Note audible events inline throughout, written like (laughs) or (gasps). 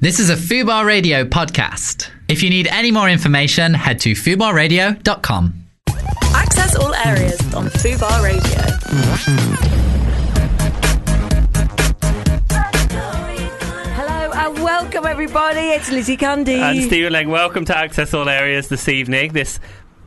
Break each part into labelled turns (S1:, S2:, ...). S1: This is a Fubar Radio podcast. If you need any more information, head to fubarradio.com.
S2: Access all areas on Fubar Radio.
S3: Hello and welcome everybody. It's Lizzie Candy.
S4: And Stephen Lang, welcome to Access All Areas this evening, this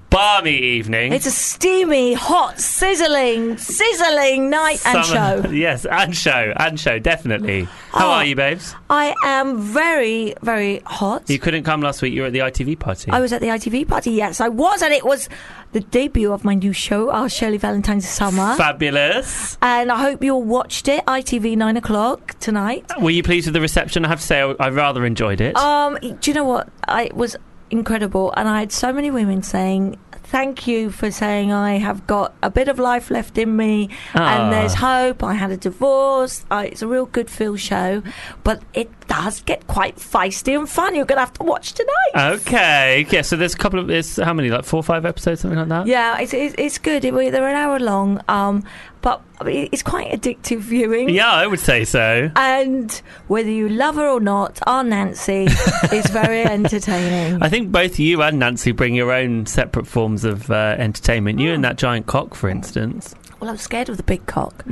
S4: balmy evening.
S3: it's a steamy, hot, sizzling, sizzling night and
S4: Summer-
S3: show.
S4: (laughs) Yes, and show, and show, definitely. How
S3: Oh.
S4: are you, babes?
S3: I am very, very hot.
S4: You couldn't come last week, you were at the ITV party.
S3: I was at the ITV party. Yes, I was, and it was the debut of my new show, Our Shirley Valentine's Summer.
S4: Fabulous.
S3: and I hope you all watched it. ITV nine o'clock tonight.
S4: Were you pleased with the reception? I have to say, I, I rather enjoyed it.
S3: Um, do you know what? I it was incredible, and I had so many women saying. Thank you for saying I have got a bit of life left in me,
S4: Ah.
S3: and there's hope. I had a divorce. I, it's a real good feel show, but it does get quite feisty and fun. You're gonna have to watch tonight.
S4: Uh-huh. Okay, yeah, so there's a couple of, there's how many, like four or five episodes, something like that?
S3: yeah, it's, it's, it's good. It, they're an hour long, um, but I mean, it's quite addictive viewing.
S4: Yeah, I would say so.
S3: And whether you love her or not, our
S4: (laughs)
S3: Nancy is very entertaining.
S4: I think both you and Nancy bring your own separate forms of uh, entertainment.
S3: Oh.
S4: You and that giant cock, for instance.
S3: Well, I was scared of the big cock,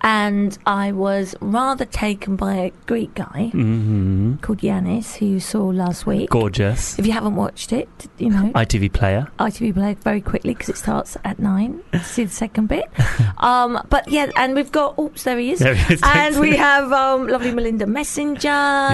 S3: and I was rather taken by a Greek guy called Yanis, who you saw last week.
S4: Mm-hmm. Gorgeous.
S3: If you haven't watched it, you know
S4: ITV player.
S3: ITV Play very quickly because it starts at nine. See the second
S4: (laughs)
S3: bit. um, but yeah, and we've got. Oops, there he is.
S4: (laughs) There he is,
S3: and
S4: thanks.
S3: we have um, lovely Melinda Messenger,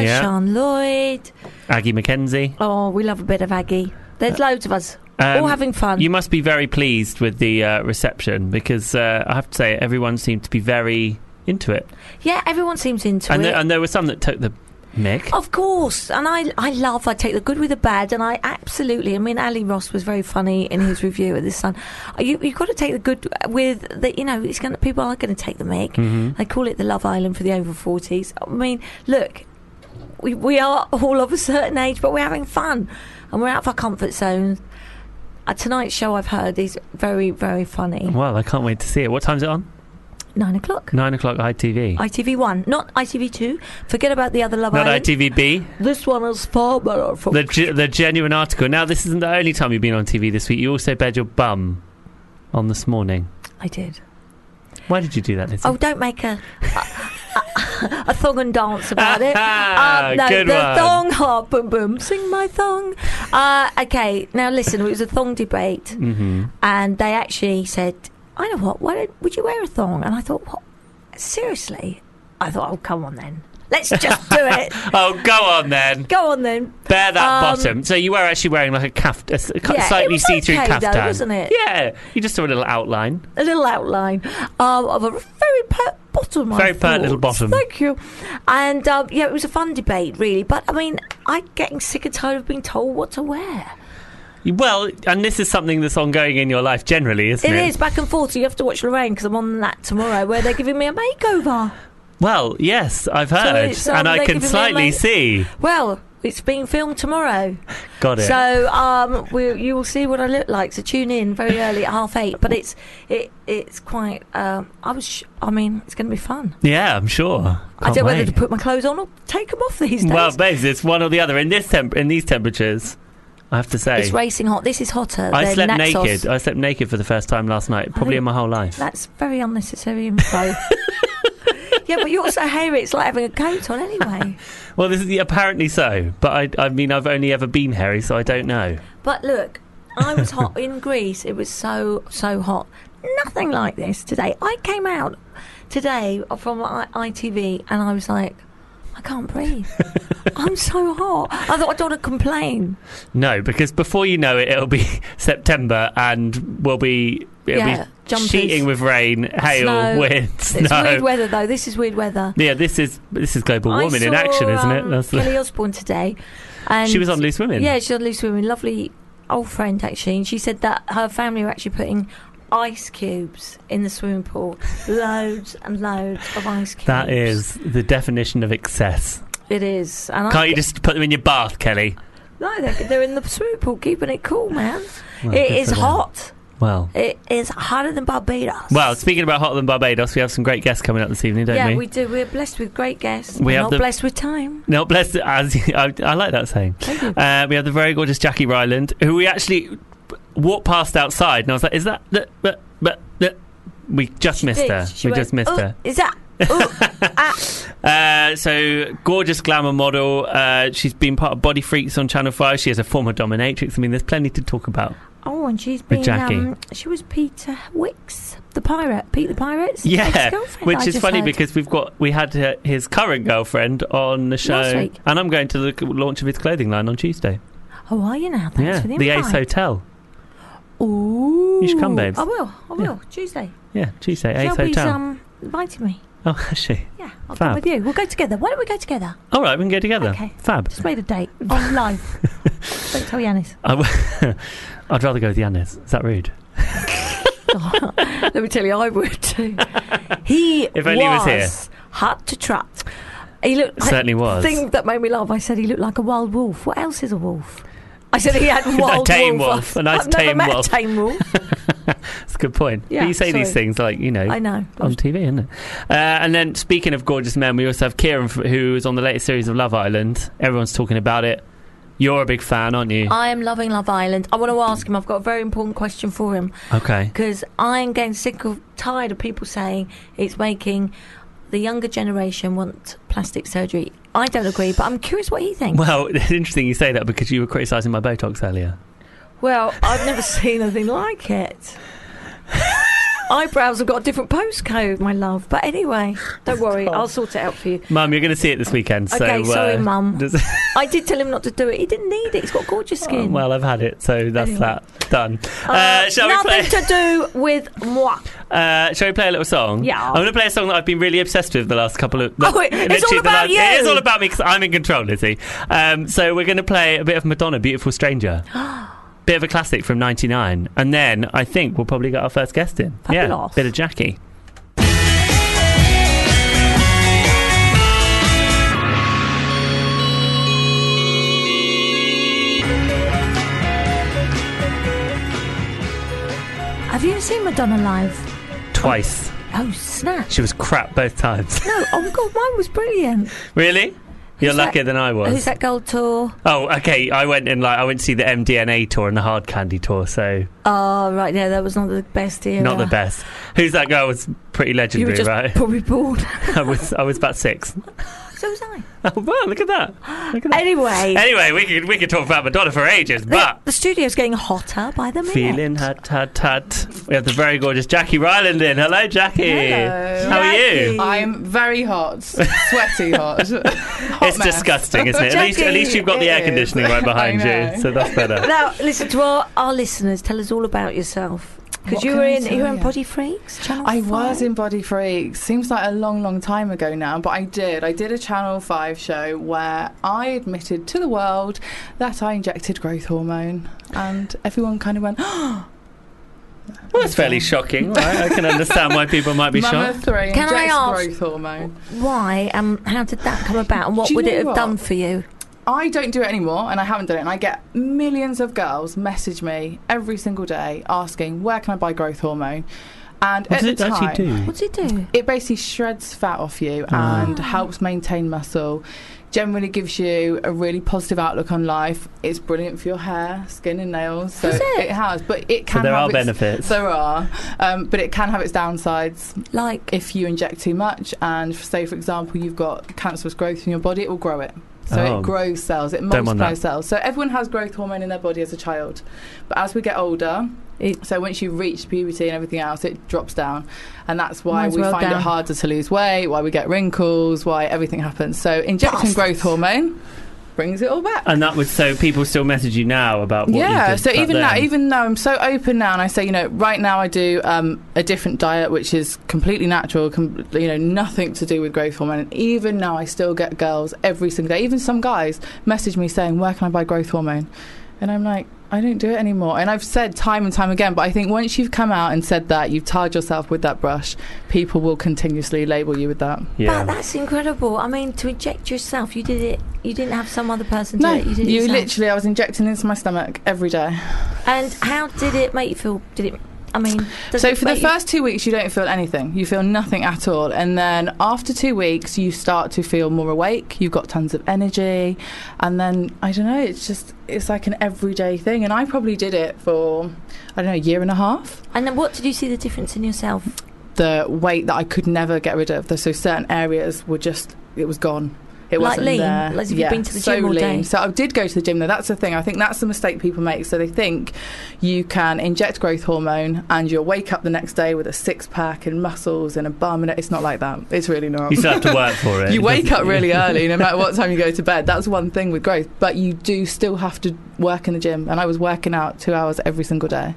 S3: Sean Lloyd.
S4: Aggie McKenzie.
S3: Oh, we love a bit of Aggie. There's loads of us, all
S4: Uh, Um,
S3: having fun.
S4: You must be very pleased with the uh, reception because uh, I have to say everyone seemed to be very into it,
S3: yeah, everyone seems into
S4: and uh,
S3: it. Oh.
S4: there, and there were some that took the mick.
S3: Of course, and I I love I take the good with the bad, and I absolutely. I mean, Ali Ross was very funny in his review of this Sun. You you got to take the good with the you know it's going to people are going to take the mic.
S4: Mm-hmm.
S3: They call it the Love Island for the over forties. I mean, look, we we are all of a certain age, but we're having fun, and we're out of our comfort zones. Uh, tonight's show I've heard is very very funny.
S4: Well, I can't wait to see it. What time's it on?
S3: Nine o'clock.
S4: Nine o'clock ITV.
S3: ITV one, not ITV two. Forget about the other Love
S4: Not
S3: Island.
S4: ITVB.
S3: This one is far better. For
S4: The ge- the genuine article. Now, this isn't the only time you've been on TV this week. You also bared your bum on this morning.
S3: I did.
S4: Why did you do that, Lizzie?
S3: Oh, don't make a a, a thong and dance about
S4: (laughs)
S3: it. Um, no,
S4: Good
S3: the
S4: one.
S3: thong hop boom boom, sing my thong. Uh, okay, now listen, it was a thong debate,
S4: Mm. Mm-hmm.
S3: and they actually said, "I know what? Why don't, would you wear a thong?" And I thought, "What? Seriously?" I thought, "Oh, come on then, let's just do
S4: (laughs)
S3: it.
S4: Oh, go on then.
S3: Go on then."
S4: Bare that
S3: Um,
S4: bottom. So you were actually wearing like a calf, a s-
S3: Yeah, it
S4: slightly
S3: was
S4: see-through
S3: okay though,
S4: caftan,
S3: wasn't it?
S4: Yeah, you just saw a little outline.
S3: a little outline um, of a very pert bottom. I
S4: Very pert
S3: thought.
S4: little bottom.
S3: Thank you. And um, yeah, it was a fun debate, really. But I mean, I'm getting sick and tired of being told what to wear.
S4: Well, and this is something that's ongoing in your life generally, isn't
S3: It
S4: it?
S3: is back and forth. So you have to watch Lorraine because I'm on that tomorrow, where they're giving me a makeover.
S4: Well, yes, I've heard,
S3: it's, um,
S4: and I
S3: like
S4: can
S3: giving me a
S4: slightly
S3: light-
S4: see.
S3: Well, it's being filmed tomorrow,
S4: Got it.
S3: so um, we, you will see what I look like. So tune in very early at half eight. But it's it it's quite. Um, I was. Sh- I mean, it's going to be fun.
S4: yeah, I'm sure.
S3: I
S4: Can't
S3: don't know whether
S4: wait.
S3: to put my clothes on or take them off these days.
S4: well, babes, it's one or the other in this temp- in these temperatures. I have to say,
S3: It's racing hot. This is hotter
S4: I
S3: than
S4: slept
S3: Naxos.
S4: naked. I slept naked for the first time last night, probably in my whole life.
S3: That's very unnecessary info.
S4: (laughs)
S3: yeah, but you also hear it's like having a coat on anyway.
S4: Well, this is yeah, apparently so, but I, I mean, I've only ever been hairy, so I don't know.
S3: But look, I was hot
S4: (laughs)
S3: in Greece. It was so so hot. Nothing like this today. I came out today from I- ITV and I was like, I can't
S4: (laughs)
S3: breathe. I'm so hot. I thought I don't want to complain.
S4: No, because before you know it, it'll be (laughs) September, and we'll be it'll
S3: Yeah,
S4: be
S3: jumpers.
S4: cheating with rain, hail,
S3: Snow.
S4: wind,
S3: It's
S4: snow.
S3: weird weather though. This is weird weather.
S4: Yeah, this is this is global
S3: I
S4: warming in
S3: saw,
S4: action, isn't it?
S3: um,
S4: That's the,
S3: Kelly Osborne today, and
S4: she was on Loose Women.
S3: Yeah, she's on Loose Women. Lovely old friend, actually. And she said that her family were actually putting ice cubes in the swimming
S4: (laughs)
S3: pool. loads and loads of ice cubes.
S4: that is the definition of excess.
S3: It is. And I,
S4: Can't you just put them in your bath, Kelly? (laughs)
S3: No, they're, they're in the swimming pool keeping it cool, man.
S4: Well,
S3: it
S4: Oh, good
S3: is
S4: for them.
S3: hot.
S4: Well.
S3: It is hotter than Barbados.
S4: Well, speaking about hotter than Barbados, we have some great guests coming up this evening, don't
S3: yeah,
S4: we?
S3: we do. We're blessed with great guests.
S4: We
S3: We're
S4: have
S3: not
S4: the-
S3: blessed with time.
S4: No, bless. As (laughs) I, I like that saying.
S3: Thank you.
S4: Uh, we have the very gorgeous Jackie Ryland, who we actually walked past outside, and I was like, "Is that?" But but but we (laughs) just missed
S3: Did-
S4: her.
S3: she
S4: we
S3: went,
S4: just missed
S3: "Ooh,
S4: her.
S3: Is that?
S4: (laughs)
S3: Ooh, ah."
S4: Uh, so gorgeous glamour model. Uh, she's been part of Body Freaks on Channel Five. She is a former dominatrix. I mean, there's plenty to talk about.
S3: Oh, and she's been.
S4: Jackie.
S3: Um, she was Peter Wicks, the pirate. Pete the Pirate's
S4: Yeah,
S3: ex-girlfriend,
S4: which
S3: I
S4: is
S3: just
S4: funny
S3: heard.
S4: because we've got we had uh, his current girlfriend on the show,
S3: Last week.
S4: and I'm going to the launch of his clothing line on Tuesday.
S3: Oh, are you now? Thanks
S4: yeah,
S3: for the
S4: the,
S3: invite.
S4: Ace Hotel.
S3: Ooh.
S4: You should come, babes.
S3: I will. I will.
S4: Yeah.
S3: Tuesday.
S4: Yeah, Tuesday, Ace
S3: Shelby's
S4: Hotel.
S3: um, inviting me.
S4: oh, (laughs) actually.
S3: Yeah, I'll
S4: Fab.
S3: come with you. We'll go together. Why don't we go together?
S4: All right, we can go together.
S3: Okay.
S4: Fab.
S3: Just made a date on
S4: (laughs)
S3: live. don't tell Yanis.
S4: I w- I'd rather go with Yannis. Is that rude?
S3: (laughs) Let me tell you, I would too. He
S4: If only he was here.
S3: hot to trot. He looked.
S4: Certainly was.
S3: The thing that made me laugh, I said he looked like a wild wolf. What else is a wolf? I said he
S4: (laughs)
S3: had wild
S4: tame wolf, a nice
S3: I've never
S4: tame
S3: met a
S4: wolf.
S3: tame wolf.
S4: That's a good point.
S3: Yeah,
S4: but you say these
S3: sorry.
S4: things like, you know,
S3: I know.
S4: on TV, isn't it? Uh, and then speaking of gorgeous men, we also have Kieran, f- who is on the latest series of Love Island. Everyone's talking about it. You're a big fan, aren't you?
S3: I am loving Love Island. I want to ask him. I've got a very important question for him
S4: okay.
S3: because I'm getting sick of tired of people saying it's making the younger generation want plastic surgery. I don't agree, but I'm curious what he thinks.
S4: Well, (laughs) it's interesting you say that because you were criticising my Botox earlier.
S3: Well, I've never (laughs) seen anything like
S4: (laughs)
S3: it. Eyebrows have got a different postcode, my love. But anyway, don't worry, I'll sort it out for you.
S4: Mum, you're going to see it this weekend.
S3: Okay,
S4: so, uh,
S3: sorry, Mum.
S4: (laughs) does-
S3: I did tell him not to do it. He didn't need it. He's got gorgeous
S4: Oh,
S3: skin.
S4: well, I've had it, so that's
S3: Anyway.
S4: that. Done. Uh, shall we
S3: nothing
S4: play?
S3: to do with moi.
S4: Uh, shall we play a little song?
S3: Yeah.
S4: I'm going to play a song that I've been really obsessed with the last couple of.
S3: Oh, it- it's
S4: literally
S3: all
S4: the
S3: about
S4: last- It is
S3: you.
S4: all about me because I'm in control, Lizzie. Um, so we're going to play a bit of Madonna,
S3: (gasps)
S4: Beautiful Stranger. bit of a classic from 99. And then I think we'll probably get our first guest in.
S3: Fabulous.
S4: Yeah. Bit of Jackie.
S3: Have you ever seen Madonna live?
S4: Twice.
S3: Oh, snap.
S4: She was crap both times. (laughs)
S3: No, oh my god, mine was brilliant.
S4: really? You're
S3: Who's that-
S4: luckier than I was.
S3: Who's that gold tour?
S4: Oh, okay. I went and like I went to see the MDNA tour and the Hard Candy tour, so
S3: Oh, right, yeah, that was not the best era.
S4: not the best. Who's that girl? Was pretty
S3: You were
S4: legendary,
S3: just
S4: right? (laughs)
S3: probably bored. (laughs)
S4: I was I was about six.
S3: so was I.
S4: Oh, (laughs) wow, look at that. Look at that.
S3: Anyway,
S4: Anyway, we could we could talk about Madonna for ages, but
S3: the, the studio's getting hotter by the minute.
S4: feeling hut hut hut. We have the very gorgeous Jackie Ryland in. Hello, Jackie.
S5: Hello.
S4: How are you?
S3: Jackie.
S5: I'm very hot, sweaty hot. Hot
S4: (laughs) it's
S5: mess.
S4: disgusting, isn't it? At least at
S3: Jackie,
S4: least you've got the
S5: it
S4: air
S5: is.
S4: conditioning right behind
S5: (laughs) I know.
S4: you, so
S5: (laughs)
S4: that's better.
S3: Now, listen to our, our listeners. Tell us all about yourself because
S5: What
S3: you
S5: can
S3: were
S5: I
S3: in
S5: tell
S3: you were in
S5: you?
S3: Body Freaks. Channel
S5: I was
S3: five.
S5: in Body Freaks. Seems like a long, long time ago now, but I did. I did a Channel 5 show where I admitted to the world that I injected growth hormone, and everyone kind of went, (gasps)
S4: Well, that's fairly shocking. Right? I can understand why people might be
S5: Mama
S4: shocked.
S5: three,
S3: Can I
S5: injects
S3: ask-
S5: growth hormone.
S3: Why? Um, how did that come about, and what
S5: Do you
S3: would it
S5: know
S3: have
S5: what?
S3: done for you?
S5: I don't do it anymore, and I haven't done it. And I get millions of girls message me every single day asking, "Where can I buy growth hormone?" And at
S4: What does
S5: the
S4: it
S5: time,
S4: actually do? Oh.
S3: What did it do?
S5: it basically shreds fat off you and helps maintain muscle generally gives you a really positive outlook on life it's brilliant for your hair skin and nails so
S3: Is it?
S5: has but it
S4: So
S5: can
S4: there
S5: have
S4: are
S5: its-
S4: benefits.
S5: there are um, but it can have its downsides
S3: Like,
S5: if you inject too much and f- say for example you've got cancerous growth in your body it will grow it so
S4: Oh.
S5: it grows cells it
S4: Don't want that.
S5: multiplies cells so everyone has growth hormone in their body as a child but as we get older
S3: It-
S5: so once you reach puberty and everything else it drops down and that's why
S3: Mine's
S5: we
S3: well
S5: find
S3: down.
S5: it harder to lose weight why we get wrinkles why everything happens so injecting
S3: Bastards.
S5: growth hormone brings it all back
S4: And that was so people still message you now about what you
S5: yeah
S4: did
S5: so
S4: back
S5: even now
S4: then.
S5: even though i'm so open now and i say you know right now i do um, a different diet which is completely natural com- you know nothing to do with growth hormone and even now i still get girls every single day even some guys message me saying where can i buy growth hormone and i'm like I don't do it anymore. And I've said time and time again, but I think once you've come out and said that, you've tarred yourself with that brush, people will continuously label you with that.
S4: yeah.
S3: but that's incredible. I mean, to inject yourself, you did it. You didn't have some other person do
S5: No,
S3: it. You did it
S5: you
S3: yourself.
S5: literally, I was injecting into my stomach every day.
S3: And how did it make you feel? Did it I mean, does
S5: So
S3: it
S5: for the
S3: make you-
S5: first two weeks, you don't feel anything. You feel nothing at all, and then after two weeks, you start to feel more awake. You've got tons of energy, and then I don't know. It's just it's like an everyday thing. And I probably did it for I don't know a year and a half.
S3: and then what did you see the difference in yourself?
S5: The weight that I could never get rid of. So certain areas were just it was gone. It
S3: Like
S5: wasn't
S3: lean?
S5: there.
S3: Like if you've
S5: yeah,
S3: been to the
S5: so
S3: gym all
S5: lean.
S3: day?
S5: So I did go to the gym though. That's the thing. I think that's the mistake people make. So they think you can inject growth hormone and you'll wake up the next day with a six pack and muscles and a bum. And it's not like that. It's really not.
S4: You still have to work for it.
S5: You
S4: It
S5: wake
S4: (laughs) doesn't-
S5: up really early, no matter what time you go to bed. That's one thing with growth, but you do still have to work in the gym. And I was working out two hours every single day,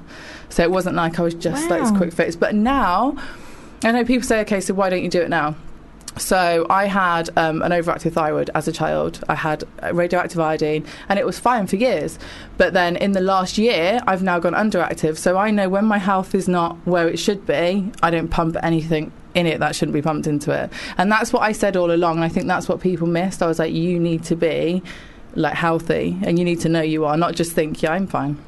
S5: so it wasn't like I was just like this
S3: Wow.
S5: quick fix. But now, I know people say, okay, so why don't you do it now? So I had um, an overactive thyroid as a child. I had uh, radioactive iodine, and it was fine for years. But then in the last year, I've now gone underactive. So I know when my health is not where it should be, I don't pump anything in it that shouldn't be pumped into it. And that's what I said all along. And I think that's what people missed. I was like, you need to be like healthy, and you need to know you are, not just think, yeah, I'm fine.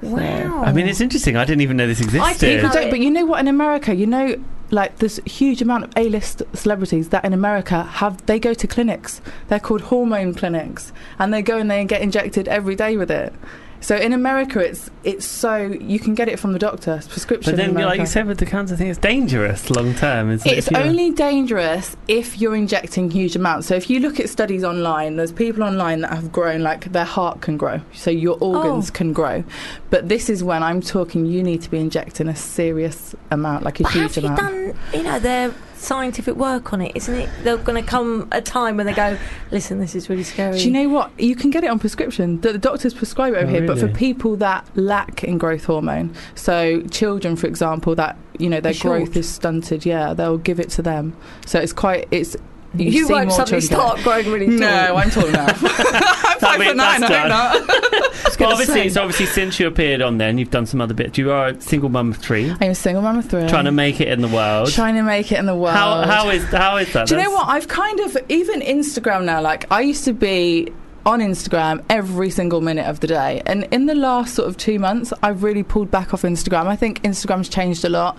S3: Wow.
S4: I mean, it's interesting. I didn't even know this existed.
S5: People
S3: How
S5: don't,
S3: it-
S5: but you know what? In America, you know, like this huge amount of A-list celebrities that in America have they go to clinics. They're called hormone clinics, and they go and they get injected every day with it. So in America, it's it's so you can get it from the doctor, it's prescription.
S4: But
S5: in
S4: then, like
S5: America.
S4: you said, with the cancer thing, it's dangerous long term. Isn't
S5: It's
S4: it? If you-
S5: only dangerous if you're injecting huge amounts. So if you look at studies online, there's people online that have grown like their heart can grow, so your
S3: Oh.
S5: organs can grow. But this is when I'm talking. You need to be injecting a serious amount, like a
S3: But
S5: huge
S3: have you
S5: amount.
S3: done, you know, their scientific work on it? Isn't it? They're going to come a time when they go, listen, this is really scary.
S5: Do you know what? You can get it on prescription. The, the doctors prescribe it over
S4: Oh,
S5: here, but for
S4: really?
S5: people that lack in growth hormone, so children, for example, that you know their
S3: Are short.
S5: growth is stunted, yeah, they'll give it to them. So it's quite it's. You,
S3: you
S5: see
S3: won't
S5: more
S3: suddenly
S5: children.
S3: start growing really tall.
S5: No, I'm tall (laughs) now. I'm five
S4: mean,
S5: foot nine.
S4: that's
S5: I hope not.
S4: Well, obviously,
S5: say.
S4: so obviously, since you appeared on, then you've done some other bits. You are a single mum of three,
S5: I'm a single mum of three.
S4: trying to make it in the world.
S5: trying to make it in the world.
S4: How how is how is that?
S5: Do you know
S4: That's-
S5: what? I've kind of even Instagram now. Like I used to be on Instagram every single minute of the day, and in the last sort of two months, I've really pulled back off Instagram. I think Instagram's changed a lot.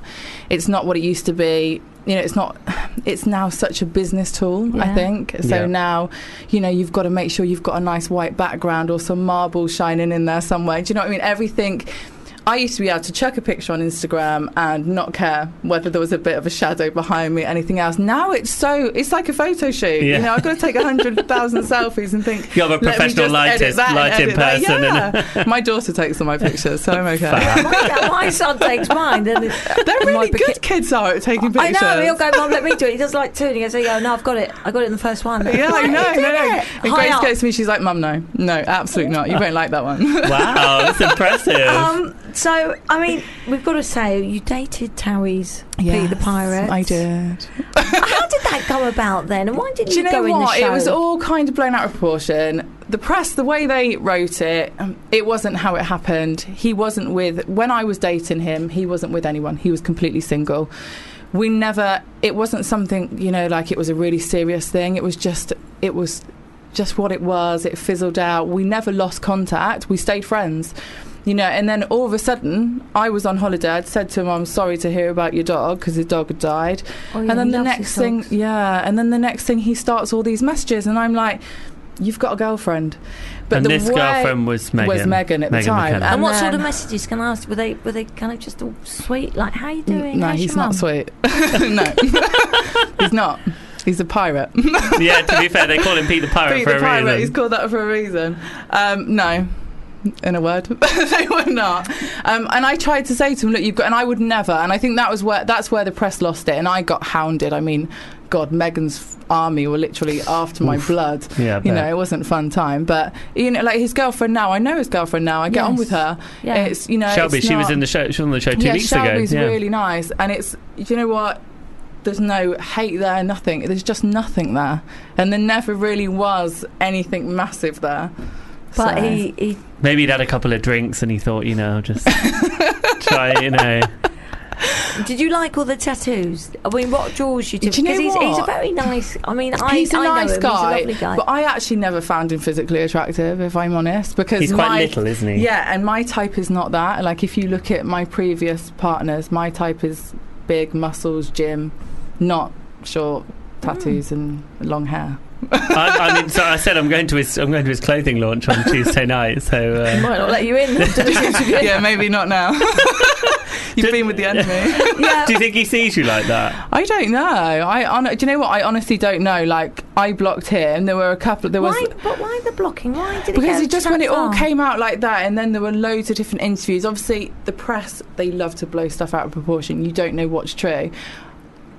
S5: It's not what it used to be. You know, it's not. (sighs) It's now such a business tool. I
S3: Yeah.
S5: think so.
S4: Yeah.
S5: Now, you know, you've got to make sure you've got a nice white background or some marble shining in there somewhere. Do you know what I mean? Everything. I used to be able to chuck a picture on Instagram and not care whether there was a bit of a shadow behind me, anything else. Now it's so it's like a photo shoot.
S4: Yeah.
S5: You know, I've got to take hundred
S3: (laughs)
S5: thousand selfies and think.
S4: You have a
S5: "Let me
S4: professional
S5: just edit
S4: lightist,
S5: that and
S4: lighting
S5: edit that."
S4: person. and-
S5: Yeah. my daughter takes all my pictures, so I'm okay.
S3: (laughs) my, my son takes mine.
S5: (laughs)
S3: And it-
S5: They're
S3: and my
S5: really
S3: beca-
S5: good kids are at taking
S3: I
S5: pictures.
S3: know. He'll go, Mum, let me do it. He does like two, and he goes, "Oh, yeah, no, I've got it. I got it in the first one."
S5: Yeah, I
S3: Like,
S5: know,
S3: he
S5: no,
S3: did
S5: no.
S3: it.
S5: And
S3: High
S5: Grace
S3: up.
S5: goes to me, she's like, Mum, no, no, absolutely not. You won't like that one.
S4: wow,
S5: (laughs)
S4: that's impressive.
S3: Um, so, I mean, we've got to say, you dated Towie's Pete the Pirate.
S5: I did.
S3: (laughs) How did that come about then? And why didn't
S5: Do
S3: you,
S5: you know
S3: go in the
S5: what?
S3: show?
S5: It was all kind of blown out of proportion. The press, the way they wrote it, um, it wasn't how it happened. He wasn't with, when I was dating him, he wasn't with anyone. He was completely single. We never, it wasn't something, you know, like it was a really serious thing. It was just, it was just what it was. It fizzled out. We never lost contact. We stayed friends. You know, and then all of a sudden, I was on holiday. I'd said to him, I'm sorry to hear about your dog because his dog had died
S3: Oh, yeah,
S5: and then
S3: he
S5: the
S3: loves
S5: next
S3: his
S5: thing,
S3: songs.
S5: yeah, and then the next thing he starts all these messages, and I'm like, "You've got a girlfriend,"
S4: and
S5: the
S4: this
S5: way-
S4: girlfriend was Megan.
S5: was Megan at the time. (laughs)
S4: McKenna.
S3: And what
S5: And
S3: sort of
S5: then-
S3: messages can I ask? Were they were they kind of just all sweet, like how you doing?
S5: no,
S3: How's
S5: he's
S3: your
S5: not
S3: mum?"
S5: sweet. (laughs) no, (laughs) he's not. He's a pirate.
S4: yeah, to be fair, they call him Pete the Pirate
S5: Pete
S4: Oh,
S5: the
S4: for a
S5: pirate. (laughs) He's
S4: reason.
S5: called that for a reason. Um, no. In a word, (laughs) they were not. Um, and I tried to say to him, "Look, you've got," and I would never. And I think that was where that's where the press lost it, and I got hounded. I mean, God, Megan's f- army were literally after my blood.
S4: Yeah, I
S5: you
S4: bet.
S5: know, it wasn't fun time. But you know, like his girlfriend now, I know his girlfriend now. I get on
S3: Yes.
S5: with her.
S3: Yeah.
S5: It's you know,
S4: Shelby,
S5: it's
S4: she was
S5: not-
S4: in the show. She was on the show two
S5: yeah,
S4: weeks
S5: Shelby's
S4: ago.
S5: really nice, and it's you know what. There's no hate there, nothing. There's just nothing there, and there never really was anything massive there.
S3: But
S5: So-
S3: he, he
S5: uh,
S4: yeah. Maybe he'd had a couple of drinks and he thought, you know, just try, you know.
S3: Did you like all the tattoos? I mean, what draws you to?
S5: Do you know
S3: he's, he's a
S5: what?
S3: very nice. I mean, I,
S5: he's a
S3: I know
S5: nice
S3: him,
S5: guy,
S3: He's a lovely guy.
S5: but I actually never found him physically attractive, if I'm honest, because
S4: He's quite
S5: my-
S4: little, isn't he?
S5: Yeah, and my type is not that. Like, if you look at my previous partners, my type is big muscles, gym, not short
S3: Hmm.
S5: tattoos and long hair.
S4: I, I mean, so I said I'm going to his I'm going to his clothing launch on Tuesday night. So uh,
S3: (laughs) might not let you
S5: (laughs)
S3: in. (laughs)
S5: yeah, maybe not now. (laughs) You've been with the enemy.
S3: yeah.
S4: do you think he sees you like that?
S5: (laughs) I don't know. I hon- do you know what? I honestly don't know. Like, I blocked him. There were a couple. There was
S3: Why? But why the blocking? Why did
S5: because
S3: it go
S5: it just
S3: so
S5: when it all
S3: far?
S5: came out like that and then there were loads of different interviews obviously the press they love to blow stuff out of proportion you don't know what's true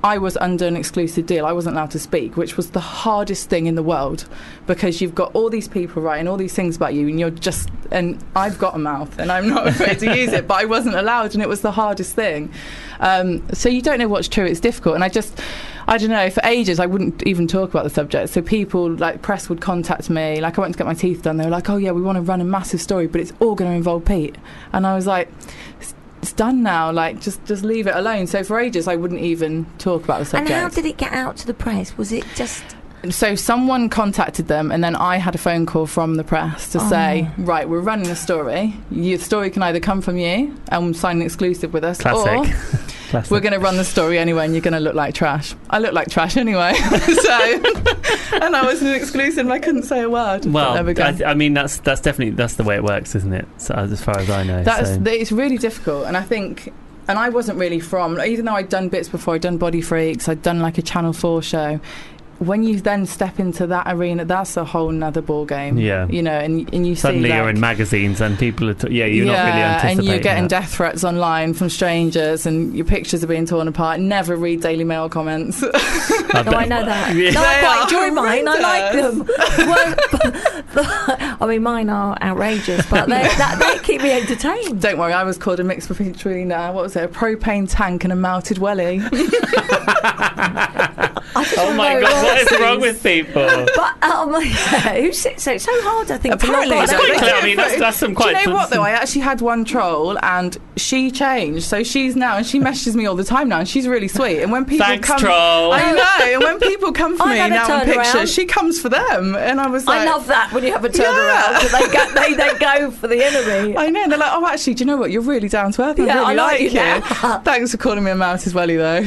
S5: I was under an exclusive deal. I wasn't allowed to speak, which was the hardest thing in the world because you've got all these people writing all these things about you, and you're just, and I've got a mouth and I'm not (laughs) afraid to use it, but I wasn't allowed, and it was the hardest thing. Um, so you don't know what's true, it's difficult. And I just, I don't know, for ages I wouldn't even talk about the subject. So people, like press, would contact me. Like I went to get my teeth done, they were like, oh yeah, we want to run a massive story, but it's all going to involve Pete. And I was like, "It's- it's done now. Like, just just leave it alone. So for ages, I wouldn't even talk about the
S3: And
S5: subject.
S3: how did it get out to the press? Was it just?
S5: so someone contacted them, and then I had a phone call from the press to say,
S3: Oh.
S5: right, we're running a story. Your story can either come from you and sign an exclusive with us, or
S4: Classic. Classic.
S5: we're going to run the story anyway, and you're going to look like trash. I look like trash anyway, (laughs) so and I was an exclusive, and I couldn't say a word. But
S4: well,
S5: there we go.
S4: I, I mean that's that's definitely that's the way it works, isn't it? So, as far as I know,
S5: That's
S4: so.
S5: th- it's really difficult, and I think, and I wasn't really from. like, Even though I'd done bits before, I'd done Body Freaks, I'd done like a Channel Four show. When you then step into that arena, that's a whole nother ball game.
S4: Yeah.
S5: you know, and and you
S4: suddenly
S5: see,
S4: you're
S5: like-
S4: in magazines and people are t- yeah you're
S5: yeah,
S4: not really anticipating
S5: and you're getting
S4: that.
S5: death threats online from strangers, and your pictures are being torn apart. Never read Daily Mail comments. (laughs)
S4: (laughs)
S5: Oh,
S3: No, I know that.
S4: Yeah.
S3: No, I
S5: They
S3: quite
S5: are (laughs)
S3: enjoy mine. I like them. Well, (laughs) I mean, mine are outrageous, but they, that, they keep me entertained.
S5: Don't worry, I was called a mix between uh, what was it, a propane tank and a melted
S4: (laughs)
S5: welly.
S3: I just
S4: oh
S3: wanna
S4: my
S3: know
S4: god, what is
S5: (laughs)
S3: Ross's.
S4: wrong with people?
S3: But um, who sits so it's so hard? I think
S5: Apparently,
S3: to
S5: it's
S3: log on.
S5: quite
S4: Quickly, I mean that's, that's some quite.
S5: Do you know what though?
S4: (laughs)
S5: I actually had one troll, and she changed. So she's now, and she messages me all the time now, and she's really sweet. And when people
S4: Thanks,
S5: come,
S4: troll.
S5: I know. And when people come for
S3: (laughs) I
S5: me
S3: had a
S5: now in
S3: turnaround.
S5: pictures, she comes for them, and I was like,
S3: I love that when you have a turnaround.
S5: Yeah.
S3: that They, go, they, they go for the
S5: (laughs)
S3: enemy.
S5: I know. And they're like, oh, actually, do you know what? You're really down to earth. I
S3: Yeah,
S5: really
S3: I like you now.
S5: Thanks for calling me a mouse as welly though.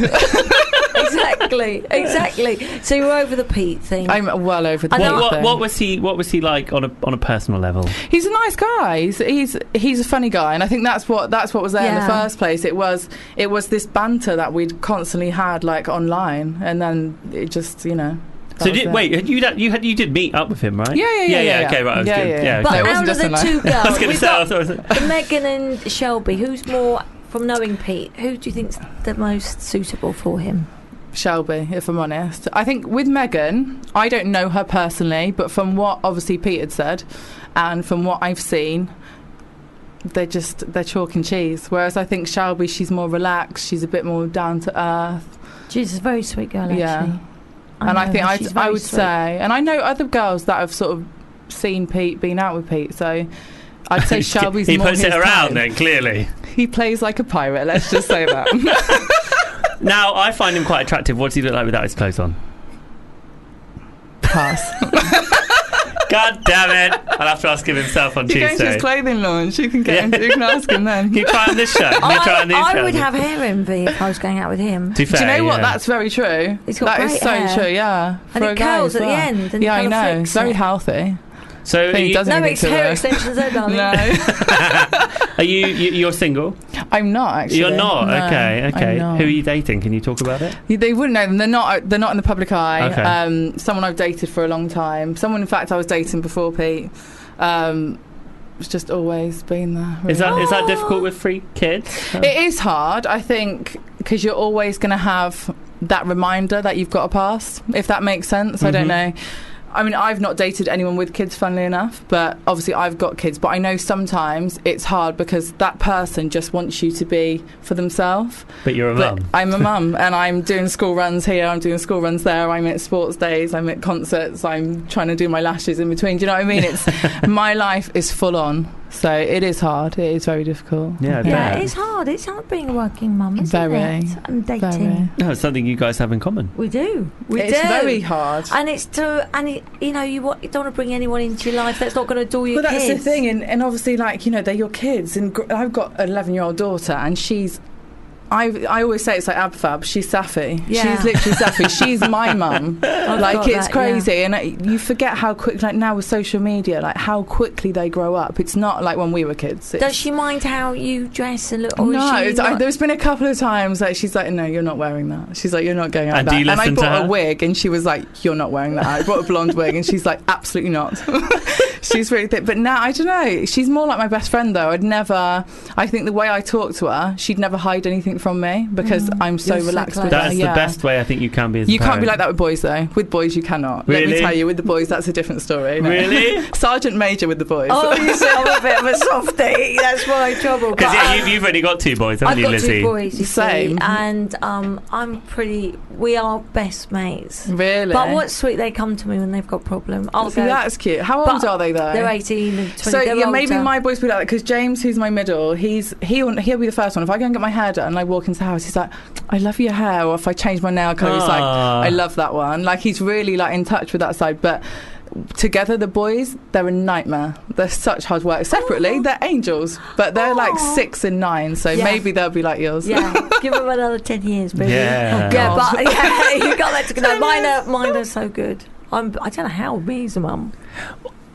S3: (laughs) exactly, exactly. So you're over the Pete thing.
S5: I'm well over the
S3: I know-
S5: whole
S4: What, what,
S5: thing.
S4: what was he? What was he like on a on a personal level?
S5: He's a nice guy. He's, he's he's a funny guy, and I think that's what that's what was there in the
S3: Yeah.
S5: first place. It was it was this banter that we'd constantly had like online, and then it just you know. that
S4: So
S5: was
S4: did,
S5: it.
S4: wait, had you done- you had you did meet up with him, right?
S5: Yeah, yeah, yeah, yeah,
S4: Okay, right. I was
S5: yeah,
S4: good.
S5: yeah.
S4: yeah.
S3: but
S5: no, it
S3: out
S5: wasn't
S3: of
S5: just
S3: the
S5: online. (laughs)
S3: two
S4: I was
S3: girls,
S4: going to
S3: we've
S4: say, I
S3: got
S4: was, I was,
S3: Megan and Shelby. Who's more from knowing Pete? Who do you think's the most suitable for him?
S5: Shelby, if I'm honest. I think with Megan, I don't know her personally, but from what obviously Pete had said, and from what I've seen, they're just they're chalk and cheese. Whereas I think Shelby, she's more relaxed. She's a bit more down to earth.
S3: She's a very sweet girl, actually.
S5: Yeah. and I
S3: know
S5: think
S3: her,
S5: I,
S3: she's
S5: I
S3: very
S5: would
S3: sweet.
S5: say, and I know other girls that have sort of seen Pete, been out with Pete, so I'd say Shelby's
S4: (laughs) he
S5: more
S4: puts
S5: his
S4: it around
S5: type.
S4: then clearly.
S5: He plays like a pirate. Let's just say
S3: (laughs)
S5: that. (laughs)
S4: Now I find him quite attractive. What does he look like without his clothes on?
S5: Pass.
S4: God damn it! I'll have to ask him himself on
S5: (laughs) You're going to
S4: Tuesday.
S5: his clothing launch. You can get him. You can ask him
S4: (laughs)
S5: then.
S4: Can you try on this shirt? Can you try
S3: I,
S4: on these
S3: I
S4: trousers?
S3: would have hair envy if I was going out with him.
S4: To be
S5: Do you
S4: fair,
S5: know what?
S4: yeah.
S5: That's very true.
S3: He's got
S5: That is
S3: great
S5: so
S3: hair.
S5: true. Yeah,
S3: And
S5: For
S3: it
S5: a guy
S3: curls
S5: as
S3: at the
S5: well.
S3: end. And
S5: Yeah, I
S3: kinda
S5: know.
S3: flicks
S5: It's very
S3: it.
S5: healthy.
S4: so.
S5: But
S4: Are
S5: he
S4: you, (laughs)
S5: doesn't
S3: No,
S5: even
S3: it's
S5: do
S3: hair
S5: it.
S3: extensions, though, darling.
S5: (laughs) No,
S3: (laughs)
S4: are you, you you're single?
S5: I'm not actually.
S4: You're not.
S5: No,
S4: okay,
S5: I'm
S4: okay.
S5: not.
S4: Who are you dating? Can you talk about it?
S5: You- They wouldn't know them. They're not. They're not in the public eye.
S4: Okay.
S5: Um, someone I've dated for a long time. Someone, in fact, I was dating before Pete. Um, it's just always been there.
S4: Is that
S5: really.
S4: is that difficult with three kids?
S5: It is hard, I think, because you're always going to have that reminder that you've got a past. If that makes sense, I don't
S4: Mm-hmm.
S5: know. I mean, I've not dated anyone with kids, funnily enough, but obviously I've got kids. But I know sometimes it's hard because that person just wants you to be for themselves.
S4: But you're a
S5: But
S4: mum. (laughs)
S5: I'm a mum, and I'm doing school runs here. I'm doing school runs there. I'm at sports days. I'm
S4: (laughs)
S5: at concerts. I'm trying to do my lashes in between. Do you know what I mean? It's my life is full on. So it is hard. It is very difficult.
S4: Yeah, I
S3: Yeah,
S4: bet.
S3: it's hard. It's hard being a working mum, isn't
S5: Very.
S3: it? And dating.
S5: Very.
S4: No, it's something you guys have in common.
S3: We do. We
S5: it's
S3: do.
S5: very hard.
S3: and it's to and it, you know you, want, you don't want to bring anyone into your life that's not going to do your
S5: Well, that's
S3: kids.
S5: the thing, and, and obviously, like you know, they're your kids, and gr- I've got an eleven-year-old daughter, and she's. I, I always say it's like Abfab. She's Safi.
S3: Yeah.
S5: She's literally
S3: (laughs)
S5: Safi. She's my mum.
S3: I've
S5: Like
S3: got
S5: it's
S3: that, yeah.
S5: crazy, and I, you forget how quick. Like now with social media, like how quickly they grow up. It's not like when we were kids. It's-
S3: Does she mind how you dress and look? Or
S5: no,
S3: is
S5: it's,
S3: she
S5: I,
S3: not-
S5: there's been a couple of times that she's like, "No, you're not wearing that." She's like, "You're not going out."
S4: And
S5: with that.
S4: do you
S5: and I
S4: listen to
S5: bought
S4: her?
S5: a wig, and she was like, "You're not wearing that." I bought a blonde wig, and she's like, "Absolutely not." (laughs) she's really thick, but now I don't know. She's more like my best friend, though. I'd never. I think the way I talk to her, she'd never hide anything from me because I'm so
S3: Mm. You're so
S5: relaxed
S3: clever.
S5: with
S4: That
S5: her.
S4: is
S5: yeah.
S4: the best way I think you can be as a
S5: You can't be
S4: parent.
S5: like that with boys, though. With boys, you cannot. Let
S4: Really?
S5: me tell you, with the boys, that's a different story. No.
S4: Really?
S5: (laughs) Sergeant Major with the boys.
S3: Oh, (laughs) you see, I'm a bit of a softie. That's my trouble. (laughs)
S4: Because
S3: But
S4: yeah,
S3: I-
S4: you've, you've only got two boys, haven't
S3: I've
S4: you,
S3: got
S4: Lizzie?
S3: two boys, you see,
S5: Same.
S3: and um, I'm pretty. We are best mates.
S5: (laughs) Really?
S3: But what's sweet, they come to me when they've got a problem. I'll
S5: See,
S3: go,
S5: that's cute. How
S3: But
S5: old are they, though?
S3: They're 18 and 20.
S5: So
S3: they're
S5: yeah, maybe
S3: older.
S5: my boys will be like that because James, who's my middle, he's he'll he'll be the first one. If I go and get my hair done and I walk into the house, he's like, "I love your hair," or if I change my nail colour, he's like,
S4: Ah.
S5: "I love that one." Like he's really like in touch with that side, but. Together, the boys, they're a nightmare. They're such hard work. Separately,
S3: Oh.
S5: they're angels, but they're like
S3: Oh.
S5: six and nine, so
S3: Yeah.
S5: maybe they'll be like yours.
S4: (laughs)
S3: Yeah, give them another 10 years, baby.
S4: Yeah. Oh,
S3: yeah
S5: God.
S3: but (laughs) yeah, you got that
S5: (laughs)
S3: to go. No, mine, are, mine are so good. I'm, I don't know how me as a mum.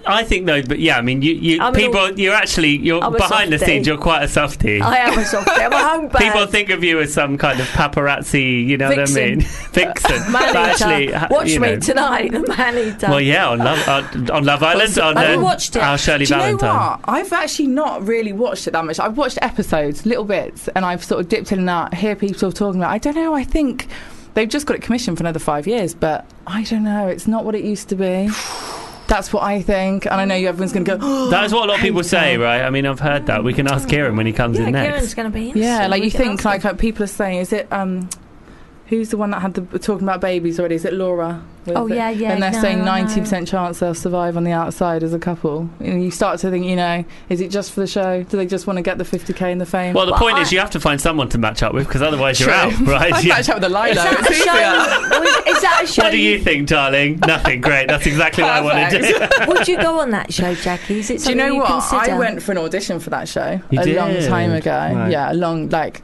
S4: I think though, but yeah, I mean, you, you
S3: I'm an
S4: people,
S3: al-
S4: you're actually you're
S3: I'm a
S4: behind the
S3: softie.
S4: scenes. You're quite a softie.
S3: I am a soft
S5: (laughs)
S3: I'm a home bird.
S4: People think of you as some kind of paparazzi, you know what I
S3: Vixen. (laughs)
S4: mean? (laughs) Vixen.
S3: Man
S4: But
S3: eater.
S4: actually, ha-
S3: Watch
S4: you
S3: me
S4: know.
S3: tonight, the man eater.
S4: Well, yeah, on Love uh, on Love Island, on
S3: I
S4: uh,
S3: haven't watched it.
S4: our Shirley
S5: Do you
S4: Valentine.
S5: know what? I've actually not really watched it that much. I've watched episodes, little bits, and I've sort of dipped in and out. Hear people talking about. I don't know. I think they've just got it commissioned for another five years, but I don't know. It's not what it used to be. (sighs) That's what I think, and I know you- everyone's going to go.
S4: That is what a lot of people say, right? I mean, I've heard that. We can ask Kieran when he comes
S3: yeah,
S4: in next.
S3: Kieran's going to be in
S5: yeah,
S3: soon.
S5: like
S3: We
S5: you
S3: can
S5: think
S3: ask him.
S5: like, like people are saying, is it um, who's the one that had the talking about babies already? Is it Laura? with
S3: Oh,
S5: it?
S3: yeah, yeah.
S5: and they're
S3: no,
S5: saying
S3: I know.
S5: 90% chance they'll survive on the outside as a couple. And you start to think, you know, is it just for the show? Do they just want to get the 50k and the fame?
S4: Well, the
S3: Well,
S4: point
S3: I-
S4: is, you have to find someone to match up with because otherwise you're
S5: True. (laughs)
S4: out, right?
S5: I'd
S4: Yeah.
S5: match up with a Lilo.
S3: Is that, a
S5: It's easier.
S3: show, would- is that a show?
S4: What do you think, darling? Nothing. Great. That's exactly what I wanted to do.
S3: Would you go on that show, Jackie? Is it
S5: Do you
S3: something
S5: know what?
S3: consider?
S5: I went for an audition for that show
S4: You
S5: a
S4: did?
S5: long time ago.
S4: Right.
S5: Yeah, a long, like,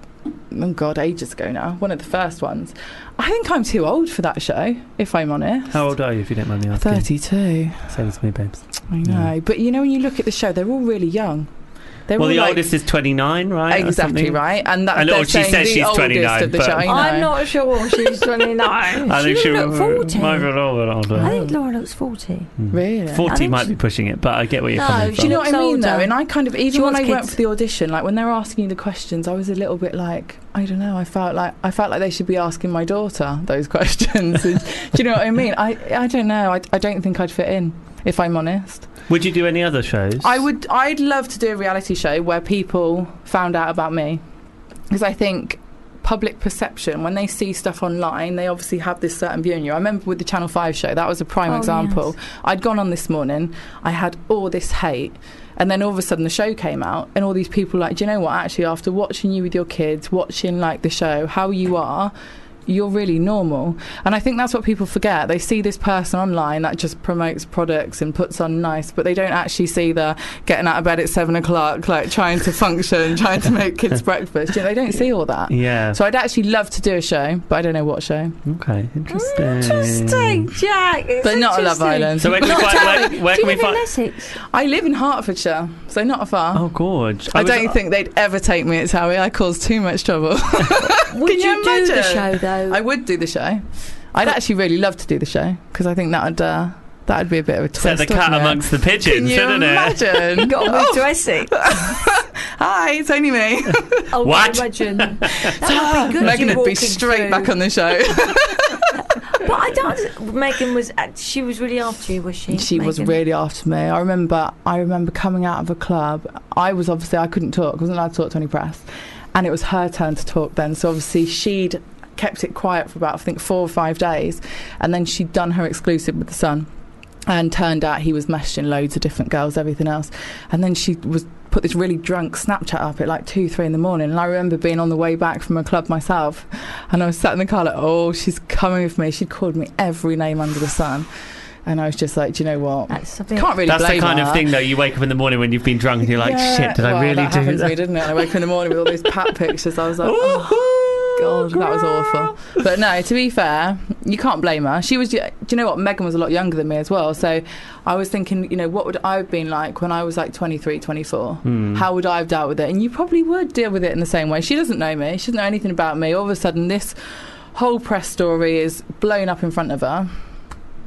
S5: oh God, ages ago now. One of the first ones. I think I'm too old for that show, if I'm honest.
S4: How old are you, if you don't mind me asking?
S5: 32.
S4: Same as me, babes.
S5: I know. But you know, when you look at the show, they're all really young. They're
S4: Well,
S5: all
S4: the
S5: like,
S4: oldest is 29, right? or
S5: Exactly
S4: something?
S5: right, and
S4: I
S5: that's
S4: know,
S5: they're
S4: she
S5: saying
S4: says
S5: the
S4: she's
S5: oldest
S4: 29,
S5: of the
S4: but-
S5: show. I know.
S3: I'm not sure
S5: (laughs)
S3: she's 29.
S4: I think
S3: she
S4: she
S3: would look 40.
S4: might be a little bit older.
S3: I think Laura looks 40.
S5: really.
S4: 40
S3: think
S4: might
S3: she-
S4: be pushing it, but I get where you're
S3: No,
S4: coming
S5: Do
S4: from.
S5: you know
S3: Looks
S5: what I mean though?
S3: older.
S5: And I kind of even
S3: She
S5: when I
S3: wants
S5: went
S3: kids.
S5: for the audition, like when they were asking you the questions, I was a little bit like, I don't know. I felt like I felt like they should be asking my daughter those (laughs) questions. And- Do you know what I mean? I I don't know. I, I don't think I'd fit in. If I'm honest,
S4: Would you do any other shows?
S5: I would. I'd love to do a reality show where people found out about me, because I think public perception when they see stuff online, they obviously have this certain view on you. I remember with the Channel Five show, that was a prime
S3: Oh,
S5: example. I'd gone on this morning, I had all this hate. And then all of a sudden, the show came out, and all these people like, do you know what? Actually, after watching you with your kids, watching like the show, how you are, you're really normal. And I think that's what people forget. They see this person online that just promotes products and puts on nice, but they don't actually see the getting out of bed at seven o'clock, like trying to function, (laughs) trying to make kids breakfast. You know, they don't see all that.
S4: Yeah.
S5: So I'd actually love to do a show, but I don't know what show.
S4: Okay. Interesting.
S3: Interesting, Jack. It's
S5: But not a Love
S3: interesting.
S5: Island. (laughs)
S4: So where can we
S3: Not
S4: find?
S3: Jack.
S4: Where, where
S3: Do
S4: can
S3: you
S4: we
S3: live in
S4: find?
S3: Essex?
S5: I live in Hertfordshire, so not far.
S4: Oh, gorge.
S5: I,
S4: was-
S5: don't think they'd ever take me at Towie. I cause too much trouble.
S3: Would
S5: Can you
S3: do the
S5: imagine?
S3: show though?
S5: (laughs) I would do the show. I'd actually really love to do the show because I think that'd uh, that'd be a bit of a twist.
S4: Set the cat
S5: wouldn't it?
S4: amongst the
S5: Can
S4: pigeons,
S5: you
S4: didn't
S5: (laughs)
S4: it?
S5: imagine?
S3: Got to move to Essex.
S5: Oh. (laughs) Hi, it's only (laughs) me.
S3: Oh,
S5: (laughs)
S4: What?
S3: Imagine. That would be good.
S5: Megan
S3: you
S5: would be
S3: walking
S5: straight
S3: through.
S5: back on the show.
S3: But I don't. Megan was. uh, She was really after you, was she?
S5: she was
S3: Megan?
S5: really after me. I remember. I remember coming out of a club. I was obviously I couldn't talk. I wasn't allowed to talk to any press, and it was her turn to talk then. So obviously she'd kept it quiet for about I think four or five days, and then she'd done her exclusive with the Sun. and turned out he was messaging loads of different girls, everything else. And then she was put this really drunk Snapchat up at like two, three in the morning. And I remember being on the way back from a club myself, and I was sat in the car like, oh, she's coming with me. She called me every name under the sun, and I was just like, do you know what?
S3: That's something.
S5: Can't really
S4: That's
S5: blame
S4: the kind
S5: her.
S4: of thing, though, you wake up in the morning when you've been drunk and you're like,
S5: Yeah,
S4: shit, did
S5: well,
S4: I really
S5: that
S4: do
S5: happened to me,
S4: that?
S5: didn't it? I woke up in the morning with all
S4: (laughs)
S5: these pat pictures. I was like, oh. God, that was awful. But no, to be fair, you can't blame her. She was, do you know what? Megan was a lot younger than me as well. So I was thinking, you know, what would I have been like when I was like 23, 24?
S4: Hmm. Mm.
S5: How would I have dealt with it? And you probably would deal with it in the same way. She doesn't know me. She doesn't know anything about me. All of a sudden, this whole press story is blown up in front of her.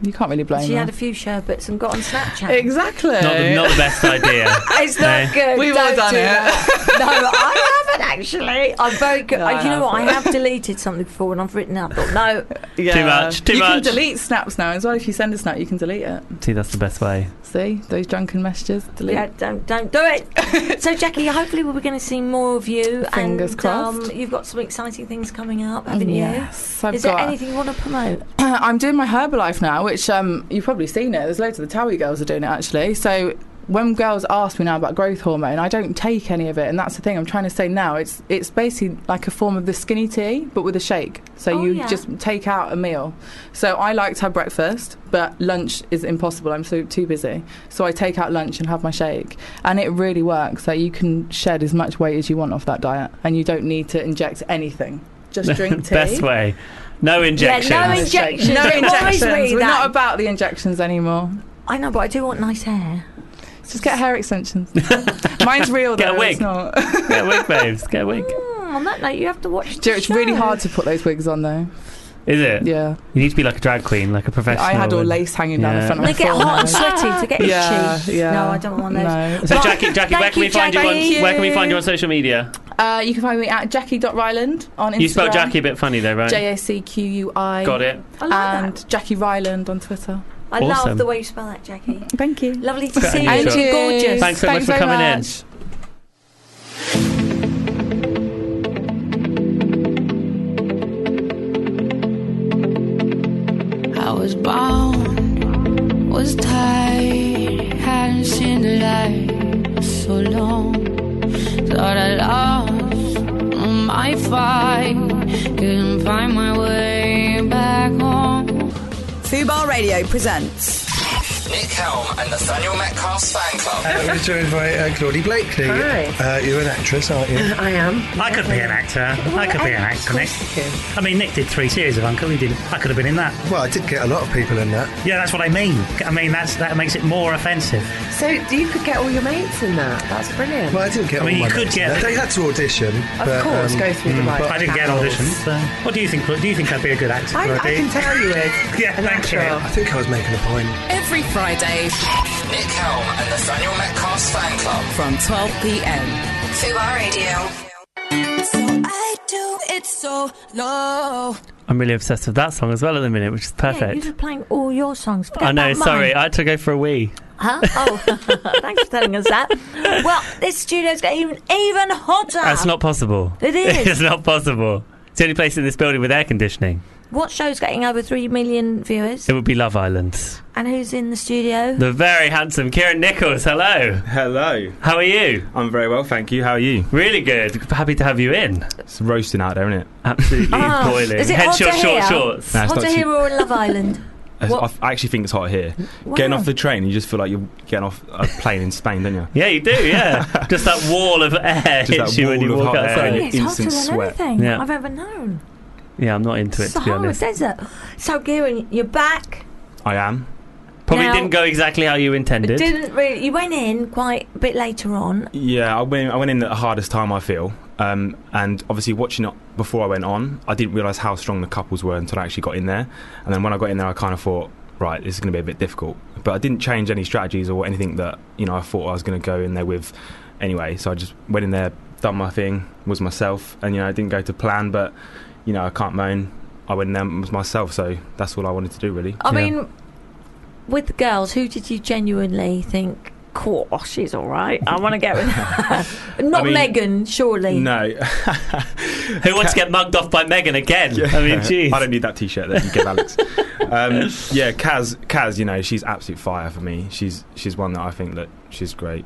S5: You can't really blame
S3: She
S5: her.
S3: had a few sherbets and got on Snapchat.
S5: exactly.
S4: Not the, not the best idea.
S5: (laughs)
S3: It's not
S4: No.
S3: good.
S5: We've
S3: Don't
S5: all done
S3: do
S5: it.
S3: that. No, I haven't actually. I'm very good.
S5: No,
S3: I- you
S5: I
S3: know what? I have deleted something before and I've written up. But no,
S5: Yeah.
S4: Too much, too
S5: you can
S4: much.
S5: delete snaps now as well. If you send a snap, you can delete it.
S4: See, that's the best way.
S5: See those drunken messages? Delete.
S3: yeah, don't don't do it. so Jackie, hopefully we're going to see more of you.
S5: Fingers
S3: and, um,
S5: crossed.
S3: you've got some exciting things coming up, haven't
S5: Yes,
S3: you?
S5: I've
S3: Is
S5: got.
S3: there anything you want to promote?
S5: (clears throat) I'm doing my Herbalife now, which um, you've probably seen it. There's loads of the Towie girls are doing it actually. So when girls ask me now about growth hormone, I don't take any of it, and that's the thing I'm trying to say now. It's it's basically like a form of the skinny tea, but with a shake. So
S3: Oh,
S5: you
S3: yeah.
S5: just take out a meal. So I like to have breakfast, but lunch is impossible. I'm so too busy. So I take out lunch and have my shake, and it really works. So you can shed as much weight as you want off that diet, and you don't need to inject anything. Just drink tea.
S4: best way. No injections.
S3: No injections.
S4: (laughs)
S5: No
S3: It worries
S5: injections.
S3: me
S5: We're
S3: that-
S5: not about the injections anymore.
S3: I know, but I do want nice hair.
S5: Just get hair
S4: (laughs)
S5: extensions. Mine's real though.
S4: Get a wig.
S5: It's not.
S4: Get a wig, babes. Get a wig.
S3: Hmm, on that note, you have to watch.
S5: Do you
S3: the
S5: know, it's really
S3: show.
S5: hard to put those wigs on though.
S4: Is it?
S5: Yeah.
S4: You need to be like a drag queen, like a professional.
S5: I had all
S4: and-
S5: lace hanging down
S4: Yeah.
S5: the front of
S3: They
S5: my
S3: get
S5: forehead.
S3: hot and sweaty to get
S5: Yeah,
S3: itchy.
S5: yeah.
S3: No, I don't want those.
S5: No.
S4: So
S3: Right.
S4: Jackie, Jackie, where
S3: Thank
S4: can we
S3: you,
S4: find you
S3: Jackie.
S4: on? Where can we find you on social media?
S5: Uh, you can find me at jackie.ryland on Instagram.
S4: You spelled Jackie a bit funny there, right?
S5: J A C Q U I.
S4: Got it.
S3: I like
S5: And
S3: that.
S5: Jackie Ryland on Twitter.
S3: I
S4: Awesome.
S3: love the way you spell that, Jackie.
S5: Thank you.
S4: (laughs)
S3: Lovely to
S4: Got
S3: see you.
S4: any
S5: shot?
S3: Gorgeous.
S4: Thanks so
S5: Thanks
S4: much
S5: very
S4: for coming
S5: much.
S4: in.
S6: I was bound, was tied, hadn't seen the light so long. Thought I lost my fight, couldn't find my way back home.
S7: Fubar Radio presents.
S8: Nick Helm and Nathaniel Metcalf's fan club.
S9: I'm joined by uh, Claudie Blakely. Uh, you're an actress, aren't you?
S10: I am.
S11: I could be an actor. I could be an actor, Nick. I mean, Nick did three series of Uncle. He did. I could have been in that.
S9: Well, I did get a lot of people in that.
S11: Yeah, that's what I mean. I mean, that's that makes it more offensive.
S10: So you could get all your mates in that. That's brilliant.
S9: Well, I didn't get.
S11: I mean,
S9: all
S11: you
S9: my
S11: could
S9: mates
S11: get-
S9: in that. They had to audition.
S10: of
S9: but,
S10: course,
S9: um,
S10: go through the right.
S11: I didn't get an
S10: channels.
S11: audition. So, what do you think? Claude? Do you think I'd be a good actor?
S10: I,
S11: Claude?
S10: I can tell you is
S11: (laughs) Yeah,
S10: a
S11: thank you.
S10: natural.
S9: I think I was making a point.
S7: Every Friday
S8: Nick Helm and Nathaniel Metcalf's fan club.
S7: from 12 pm.
S2: Fubar Radio.
S6: So I do it so low.
S4: I'm really obsessed with that song as well at the minute, which is
S3: Yeah,
S4: perfect.
S3: you're just playing all your songs. Forget
S4: I know.
S3: about mine.
S4: Sorry, I had to go for a wee.
S3: Huh? Oh, (laughs) thanks for telling us that. Well, this studio's getting even, even hotter.
S4: That's not possible.
S3: Ah.
S4: (laughs)
S3: It is.
S4: it's not possible. It's the only place in this building with air conditioning.
S3: What show's getting over 3 million viewers?
S4: It would be Love Island.
S3: And who's in the studio?
S4: The very handsome Kieran Nichols. Hello.
S11: Hello.
S4: How are you?
S11: I'm very well, thank you. How are you?
S4: Really good. Happy to have you in.
S11: It's roasting out there, isn't it?
S4: Absolutely
S3: Ah,
S4: boiling.
S3: is it
S4: Head
S3: hot
S4: short,
S3: to
S4: short,
S3: hear?
S4: shorts.
S11: No, it's
S3: Hotter
S11: not too-
S3: here or in Love Island? What-
S11: I, I actually think it's hot here. (laughs) Getting
S3: Wow.
S11: off the train, you just feel like you're getting off a plane in Spain, don't you?
S4: Yeah, you do.
S11: (laughs)
S4: Yeah, just that wall of air
S11: Just that
S4: hits you when you
S11: wall of
S4: walk
S11: hot air.
S4: outside.
S11: An
S3: Yeah, it's hotter than
S11: instant sweat.
S3: anything
S4: Yeah.
S3: I've ever known.
S4: Yeah, I'm not into it to be
S3: Sahara
S4: honest.
S3: Desert. So, Kieran, you're back.
S11: I am.
S4: Probably
S3: Now-
S4: didn't go exactly how you intended.
S11: (laughs)
S3: Didn't really. You went in quite a bit later on.
S11: Yeah, I went. I went in at the hardest time. I feel, um, and obviously watching it before I went on, I didn't realise how strong the couples were until I actually got in there. And then when I got in there, I kind of thought, right, this is going to be a bit difficult. But I didn't change any strategies or anything that you know I thought I was going to go in there with. Anyway, so I just went in there, done my thing, was myself, and you know I didn't go to plan, but you know I can't moan. I went in there and was myself, so that's all I wanted to do really.
S3: I
S4: Yeah.
S3: mean, with the girls, who did you genuinely think, cool, oh,
S11: (laughs)
S3: she's all right. I want to get with her. Not
S11: I mean-
S3: Megan, surely.
S11: No,
S4: Who wants to get mugged off by Megan again? I mean, geez.
S11: (laughs) I don't need that T-shirt that you
S4: (laughs)
S11: give Alex. um, yeah, Kaz, Kaz, you know, she's absolute fire for me. She's she's one that I think that she's great.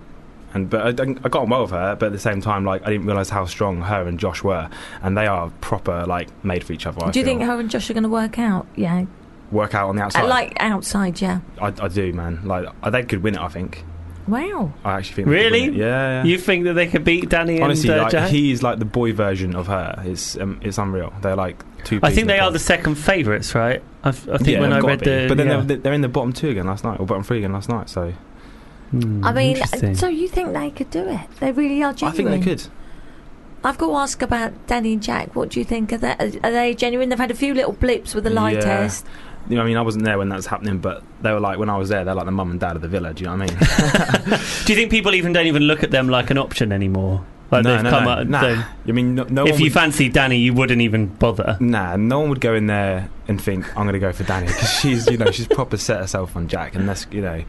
S11: And but I, don't- I got on well with her, but at the same time, like I didn't realize how strong her and Josh were, and they are proper like made for each other. I
S3: Do you
S11: feel.
S3: think her and Josh are going to work out? Yeah,
S11: work out on the
S3: I
S11: outside?
S3: like outside. Yeah.
S11: I, I do, man. Like I- they could win it. I think.
S3: Wow.
S11: I actually think. they could
S4: Really?
S11: win it. Yeah. yeah.
S4: You think that they could beat Danny
S11: Honestly,
S4: and uh,
S11: like,
S4: Jack?
S11: he's like the boy version of her. It's um, it's unreal. They're like two.
S4: I
S11: peas
S4: think
S11: in a
S4: they are
S11: pod.
S4: the second favourites, right? i I think
S11: Yeah,
S4: when
S11: they've
S4: I
S11: gotta
S4: read
S11: be.
S4: the,
S11: but then
S4: yeah.
S11: they're, they're in the bottom two again last night, or bottom three again last night. So
S3: I mean,
S4: Hmm,
S3: uh,
S4: interesting.
S3: so you think they could do it? They really are
S11: I
S3: genuine.
S11: think they could.
S3: I've got to ask about Danny and Jack. What do you think? Are they, are they genuine? They've had a few little blips with the lie
S11: Yeah. (laughs)
S3: test.
S11: You know, I mean, I wasn't there when that was happening, but they were like when I was there, they're like the mum and dad of the villa. Do you know what
S4: (laughs)
S11: I mean?
S4: Do you think people even don't even look at them like an option anymore? Like
S11: no,
S4: they've
S11: no,
S4: come
S11: no,
S4: up.
S11: nah.
S4: they-
S11: I mean, no, no
S4: if
S11: one
S4: you
S11: would,
S4: fancy Danny, you wouldn't even bother.
S11: nah, no one would go in there and think I'm going to go for Danny because she's you know she's proper set herself on Jack, and that's you know.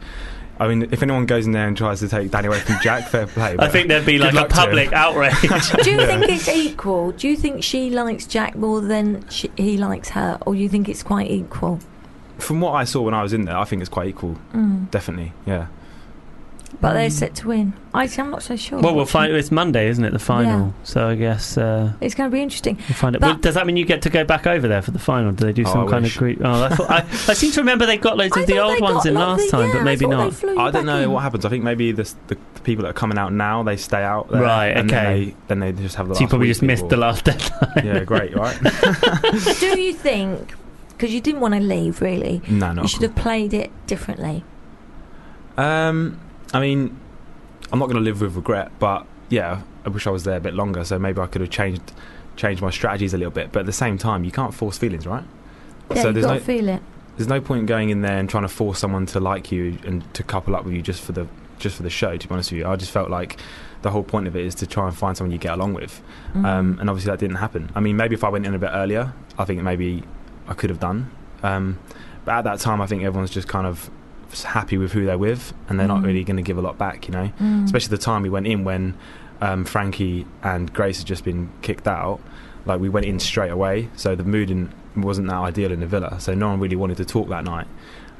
S11: I mean, if anyone goes in there and tries to take Danny away from Jack, fair play.
S4: I
S11: but-
S4: think there'd be like
S11: Good
S4: a
S11: luck to
S4: public
S11: him. (laughs)
S4: outrage.
S3: Do you think it's equal? Do you think she likes Jack more than she, he likes her, or you think it's quite equal?
S11: from what I saw when I was in there, I think it's quite equal.
S3: Mm.
S11: Definitely, yeah.
S3: But they're set to win. I, I'm not so sure.
S4: Mm. well, we'll find. It's Monday, isn't it? The final. So I guess uh,
S3: It's going to be interesting.
S4: we'll find it.
S3: But-
S4: Well, does that mean you get to go back over there for the final? Do they do
S11: Oh,
S4: some
S11: I
S4: kind
S11: wish.
S4: of group? Oh, I, thought, I, I seem to remember they got loads
S3: I
S4: of the
S3: thought
S4: old
S3: they
S4: ones
S3: got
S4: in
S3: lovely-
S4: last time,
S3: yeah,
S4: but
S3: I
S4: maybe
S3: thought they
S4: not.
S3: flew you
S11: I don't
S3: back
S11: know
S3: in.
S11: what happens. I think maybe the, s- the people that are coming out now they stay out. There,
S4: Right,
S11: And
S4: okay.
S11: then they, then they just have the.
S4: So you
S11: last
S4: probably
S11: week
S4: just missed
S11: before.
S4: the last deadline.
S11: yeah, great, right?
S4: (laughs)
S3: Do you think? Because you didn't want to leave, really.
S11: no, not.
S3: you
S11: at
S3: should have played it differently.
S11: all. Um, I mean, I'm not going to live with regret, but yeah, I wish I was there a bit longer. So maybe I could have changed changed my strategies a little bit. But at the same time, you can't force feelings, right?
S3: Yeah,
S11: so
S3: you've
S11: there's
S3: got
S11: no
S3: to feel it.
S11: there's no point going in there and trying to force someone to like you and to couple up with you just for the just for the show. To be honest with you, I just felt like the whole point of it is to try and find someone you get along with.
S3: Mm.
S11: Um, and obviously that didn't happen. I mean, maybe if I went in a bit earlier, I think maybe I could have done. Um, but at that time, I think everyone's just kind of s- happy with who they're with, and they're not
S3: Mm.
S11: really going to give a lot back, you know.
S3: Mm.
S11: Especially the time we went in when um, Frankie and Grace had just been kicked out. Like we went in straight away, so the mood in, wasn't that ideal in the villa. So no one really wanted to talk that night.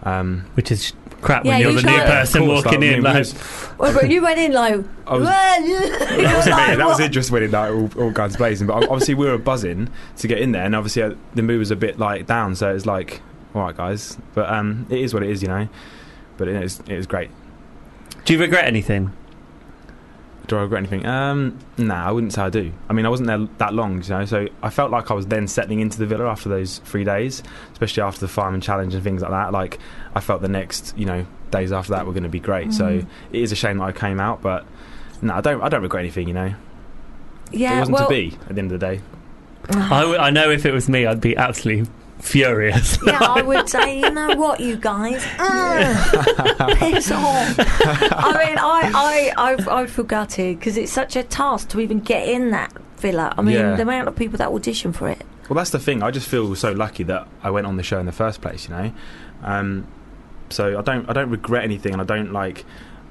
S11: Um,
S4: Which is crap
S3: Yeah,
S4: when you're
S3: you
S4: the new
S3: can't-
S4: person
S11: of course,
S4: walking
S11: like, I
S4: in.
S11: mean, we
S4: Like,
S11: was-
S3: Well, but you went in like. (laughs)
S11: I was-
S3: that
S11: that was it, mate. That was it just winning like all, all guns blazing. But ob- obviously we were buzzing to get in there, and obviously uh, the mood was a bit like down. So it's like, all right, guys. But um, it is what it is, you know. But it is, it is great.
S4: do you regret anything?
S11: Do I regret anything? Um, nah, I wouldn't say I do. I mean, I wasn't there l- that long, you know. So I felt like I was then settling into the villa after those three days, especially after the fireman challenge and things like that. Like I felt the next, you know, days after that were going to be great.
S3: Mm.
S11: So it is a shame that I came out, but no, I don't. I don't regret anything, you know.
S3: Yeah,
S11: it wasn't
S3: well,
S11: to
S3: (sighs)
S11: be at the end of the day.
S4: I, w- I know if it was me, I'd be absolutely
S11: (laughs)
S4: furious. (laughs)
S3: yeah, I would say, you know what, you guys, Mm, piss off. I mean, I, I, I, I would feel gutted because it's such a task to even get in that villa. I mean,
S11: Yeah.
S3: the amount of people that audition for it.
S11: Well, that's the thing. I just feel so lucky that I went on the show in the first place. You know, um, so I don't I don't regret anything, and I don't like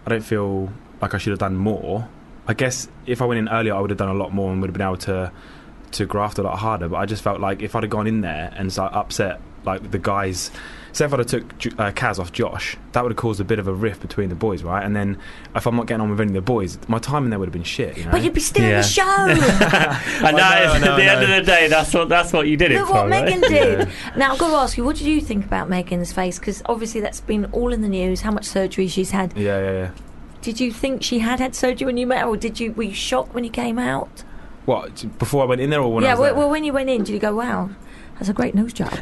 S11: I don't feel like I should have done more. I guess if I went in earlier, I would have done a lot more and would have been able to to graft a lot harder. But I just felt like if I'd have gone in there and so upset like the guys. Say if I'd have took Ju- uh, Kaz off Josh, that would have caused a bit of a rift between the boys, right? And then if I'm not getting on with any of the boys, my time in there would have been shit. You know?
S3: But you'd be still in
S4: Yeah.
S3: the
S11: (laughs)
S3: show.
S4: And that is
S11: know, I know,
S4: at the
S11: I
S4: end of
S11: know.
S4: the day, that's what that's what you did it
S3: Look
S4: for.
S3: what
S4: right?
S3: Megan did. Now, I've got to ask you, what did you think about Megan's face? Because obviously that's been all in the news, how much surgery she's had.
S11: yeah, yeah, yeah.
S3: Did you think she had had surgery when you met her, or did you, were you shocked when you came out?
S11: What t- before I went in there or when I
S3: yeah,
S11: was
S3: well,
S11: there?
S3: well, when you went in, did you go, wow, that's a great nose job?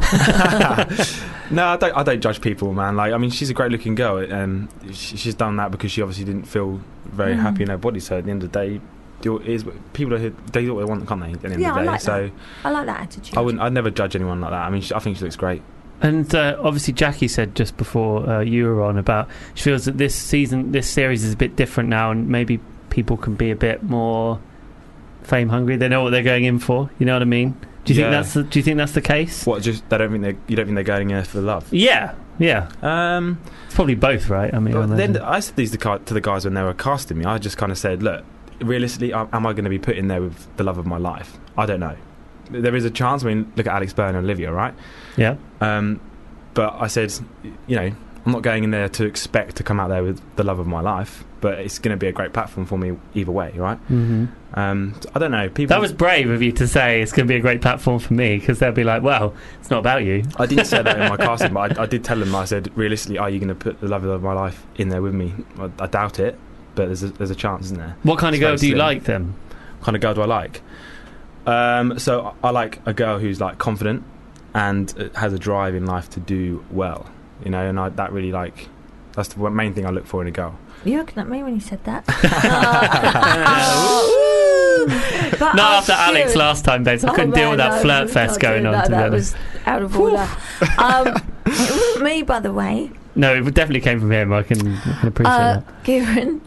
S11: (laughs) No, I don't. I don't judge people, man. Like, I mean, she's a great-looking girl, and she, she's done that because she obviously didn't feel very
S3: Mm.
S11: happy in her body. So at the end of the day, do- is people are here, they do what they want, can't they? At the end
S3: Yeah,
S11: of
S3: I
S11: the day,
S3: like
S11: so
S3: I like that attitude.
S11: I wouldn't. I'd never judge anyone like that. I mean, she, I think she looks great.
S4: And uh, obviously, Jackie said just before uh, you were on about she feels that this season, this series is a bit different now, and maybe people can be a bit more fame hungry. They know what they're going in for. You know what I mean? Do you
S11: Yeah.
S4: think that's the, do you think that's the case?
S11: What? Just they don't think they. You don't think they're going in there for love?
S4: Yeah, yeah.
S11: Um,
S4: It's probably both, right? I mean, I
S11: But
S4: imagine.
S11: then I said these to cu- to the guys when they were casting me. I just kind of said, look, realistically, am am I going to be put in there with the love of my life? I don't know. there is a chance. I mean, look at Alex Byrne and Olivia, right?
S4: Yeah.
S11: Um, but I said, you know, I'm not going in there to expect to come out there with the love of my life, but it's going to be a great platform for me either way, right?
S4: Mm-hmm.
S11: Um, so I don't know. People,
S4: That was brave of you to say it's going to be a great platform for me because they'll be like, well, it's not about you.
S11: I didn't say
S4: (laughs)
S11: that in my casting, but I, I did tell them. I said, realistically, are you going to put the love of my life in there with me? I, I doubt it, but there's a, there's a chance, isn't there?
S4: What kind of
S11: Slow
S4: girl do you
S11: slim.
S3: (laughs)
S4: like (laughs) then?
S11: What kind of girl do I like? Um, so I I like a girl who's like confident and uh, has a drive in life to do well, you know, and I, that really like that's the one main thing I look for in a girl.
S3: You're looking at me when you said
S4: (laughs)
S3: that. Ooh. But
S4: Not
S3: I
S4: after Alex
S3: should.
S4: last time, babes. I
S3: Oh,
S4: couldn't deal with
S3: man,
S4: that
S3: no,
S4: flirt
S3: we can't
S4: fest going
S3: do
S4: on.
S3: that.
S4: to be
S3: That
S4: honest.
S3: was out of order. um, it wasn't me, by the way.
S4: No, it definitely came from him. I can, I can (laughs) appreciate
S3: Uh,
S4: that.
S3: Kieran,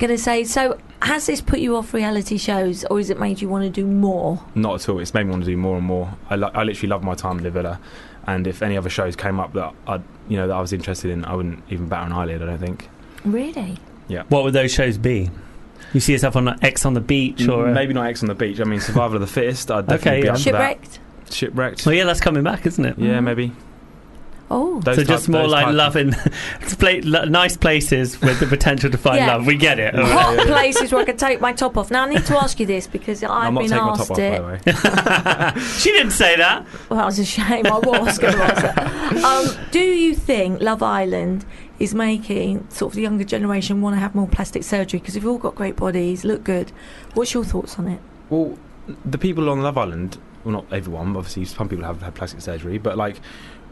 S3: gonna say so. Has this put you off reality shows, or has it made you want to do more?
S11: Not at all. It's made me want to do more and more. I, li- I literally love my time in the villa, and if any other shows came up that I you know that I was interested in, I wouldn't even bat an eyelid. I don't think.
S3: Really?
S4: What would those shows be? You see yourself on like, X on the beach or. uh, a-
S11: Maybe not X on the beach. I mean, Survival of the Fittest. I'd definitely
S4: Okay,
S11: be
S4: yeah.
S11: up for that.
S3: Shipwrecked?
S11: Shipwrecked.
S4: Well, yeah, that's coming back, isn't it?
S11: Yeah, maybe.
S4: (laughs)
S3: Oh,
S11: Those
S4: so just
S11: type-
S4: more
S11: those
S4: like
S11: type-
S4: love in (laughs) it's pla- lo- nice places with the potential to find
S3: Yeah.
S4: love. We get it.
S11: Yeah.
S3: hot places where I could take my top off. Now I need to ask you this because I've
S11: I'm not
S3: been
S11: taking my
S3: asked
S11: top off, by
S3: it.
S11: the way.
S4: (laughs) she didn't say that.
S3: Well, that was a shame. I was going to ask (laughs) that. Um, do you think Love Island is making sort of the younger generation want to have more plastic surgery? Because we've all got great bodies, look good. What's your thoughts on it?
S11: Well, the people on Love Island, well, not everyone, obviously, some people have had plastic surgery, but like,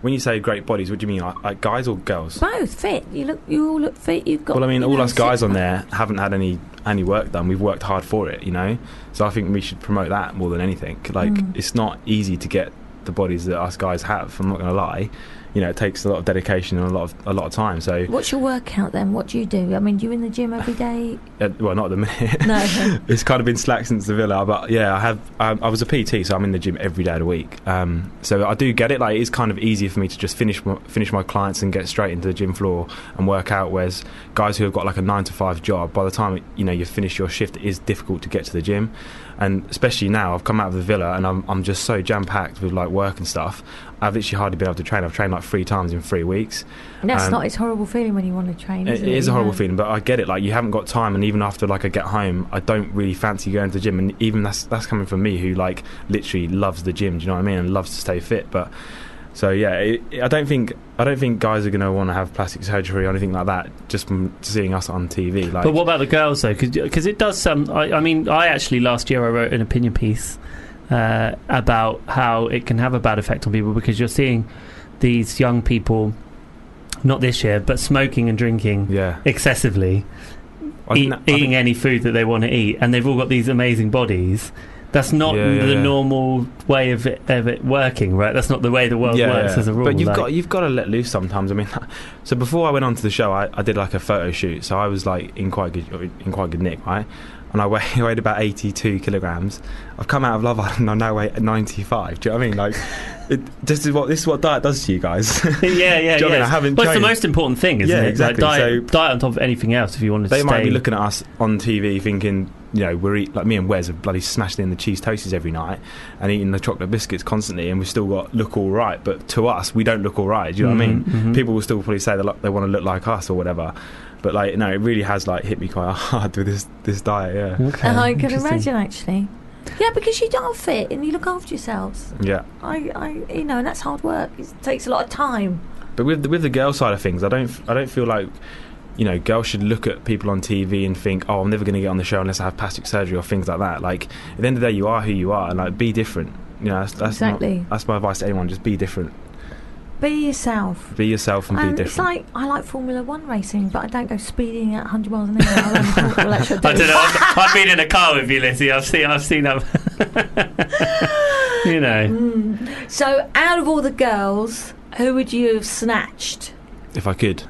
S11: when you say great bodies, what do you mean? Like, like guys or girls?
S3: Both fit. You look. You all look fit. You've got.
S11: Well, I mean,
S3: you
S11: all
S3: know,
S11: us guys
S3: six-
S11: on there haven't had any any work done. We've worked hard for it, you know. So I think we should promote that more than anything. Like,
S3: Mm.
S11: it's not easy to get the bodies that us guys have. I'm not going to lie. You know, it takes a lot of dedication and a lot of a lot of time. So,
S3: What's your workout then? What do you do? I mean, do you in the gym every
S11: (laughs)
S3: day?
S11: uh, well, not at the minute.
S3: No.
S11: it's kind of been slack since the villa, but yeah, I have. I, I was a PT, so I'm in the gym every day of the week. Um, so I do get it. Like it's kind of easier for me to just finish my, finish my clients and get straight into the gym floor and work out. Whereas guys who have got like a nine to five job, by the time you know you finish your shift, it is difficult to get to the gym. And especially now, I've come out of the villa and I'm I'm just so jam packed with like work and stuff. I've literally hardly been able to train. I've trained like three times in three weeks.
S3: And that's
S11: Um,
S3: not. It's a horrible feeling when you want to train.
S11: It
S3: Isn't it,
S11: is a
S3: You
S11: horrible
S3: know?
S11: feeling, but I get it. Like you haven't got time, and even after like I get home, I don't really fancy going to the gym. And even that's that's coming from me, who like literally loves the gym. Do you know what I mean? And loves to stay fit. But so yeah, it, it- I don't think I don't think guys are going to want to have plastic surgery or anything like that just from seeing us on TV. Like
S4: But what about the girls though? Because it does some. I, I mean, I actually last year I wrote an opinion piece uh, about how it can have a bad effect on people because you're seeing these young people, not this year, but smoking and drinking
S11: yeah,
S4: excessively,
S11: I
S4: eat,
S11: think that- I
S4: eating
S11: think-
S4: any food that they want to eat, and they've all got these amazing bodies. That's not
S11: Yeah, yeah,
S4: the
S11: yeah.
S4: normal way of it, of it working, right? That's not the way the world works as a rule.
S11: But you've
S4: like-
S11: got you've got to let loose sometimes. I mean, (laughs) so before I went on to the show, I, I did like a photo shoot. So I was like in quite good in quite good nick, right? And I (laughs) weigh, weighed about eighty two kilograms. I've come out of Love Island and I now weigh ninety five. Do you know what I mean? Like, (laughs) it, this is what this is what diet does to you
S4: (laughs)
S11: guys. (laughs)
S4: yeah, yeah,
S11: Do you know what I mean?
S4: yeah.
S11: I haven't
S4: well, it's the
S11: changed.
S4: most important thing, isn't it?
S11: Yeah,
S4: Like,
S11: exactly.
S4: diet,
S11: So-
S4: diet on top of anything else if you want to
S11: they
S4: stay.
S11: might be looking at us on TV thinking, you know, we're eat, like me and Wes are bloody smashing in the cheese toasties every night and eating the chocolate biscuits constantly, and we've still got look all right. But to us, we don't look all right. Do you know what I mean?
S4: Mhm, mhm.
S11: People will still probably say they, look, they want to look like us or whatever. But like, no, it really has like hit me quite (laughs) hard with this this diet. Yeah,
S4: Okay,
S3: I can
S4: interesting.
S3: imagine actually. Yeah, because you are fit and you look after yourselves.
S11: yeah.
S3: I, I, you know, and that's hard work. It takes a lot of time.
S11: But with the, with the girl side of things, I don't f- I don't feel like you know girls should look at people on TV and think, oh, I'm never going to get on the show unless I have plastic surgery or things like that. Like at the end of the day, you are who you are, and like be different. You know, that's, that's my-
S3: Exactly.
S11: that's my advice to anyone. Just be different.
S3: Be yourself.
S11: Be yourself and be
S3: And
S11: different.
S3: it's like I like Formula One racing, but I don't go speeding at 100 miles an hour. I only talk- well, actually,
S4: I don't know. I've, I've been in a car with you, Lizzie. I've seen. I've seen. I've, (laughs) you know,
S3: Mm. So, out of all the girls, who would you have snatched?
S11: if I could,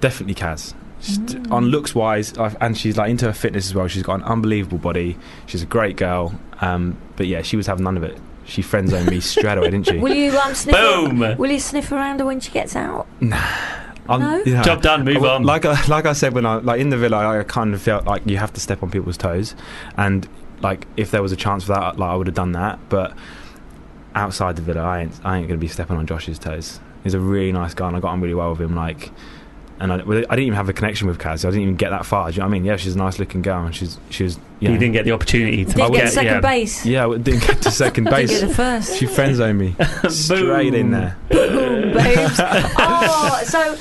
S11: definitely Kaz. Just On looks wise, I've, and she's like into her fitness as well. She's got an unbelievable body. She's a great girl. Um, but yeah, she was having none of it. She friend zoned me straight
S3: (laughs)
S11: away, didn't she?
S3: Will you um, sniff?
S4: Boom.
S3: Will you sniff around her when she gets out?
S11: I'm-
S3: No?
S11: yeah.
S4: job done. Move
S11: Well,
S4: on.
S11: Like I, like I said when I like in the villa, I kind of felt like you have to step on people's toes, and like if there was a chance for that, like I would have done that. But outside the villa, I ain't, I ain't going to be stepping on Josh's toes. He's a really nice guy, and I got on really well with him. Like, and I, well, I didn't even have a connection with Kaz. I didn't even get that far. Do you know what I mean? Yeah, she's a nice looking girl, and she's she was. You,
S4: You
S11: know-
S4: didn't get the opportunity to
S3: Didn't
S11: I
S3: get
S11: would-
S3: second
S11: yeah.
S3: base.
S11: Yeah, I didn't get
S3: (laughs)
S11: to second
S3: Didn't
S11: base.
S3: get the first.
S11: She friend zoned me
S4: (laughs)
S11: straight in there.
S3: boobs. oh, so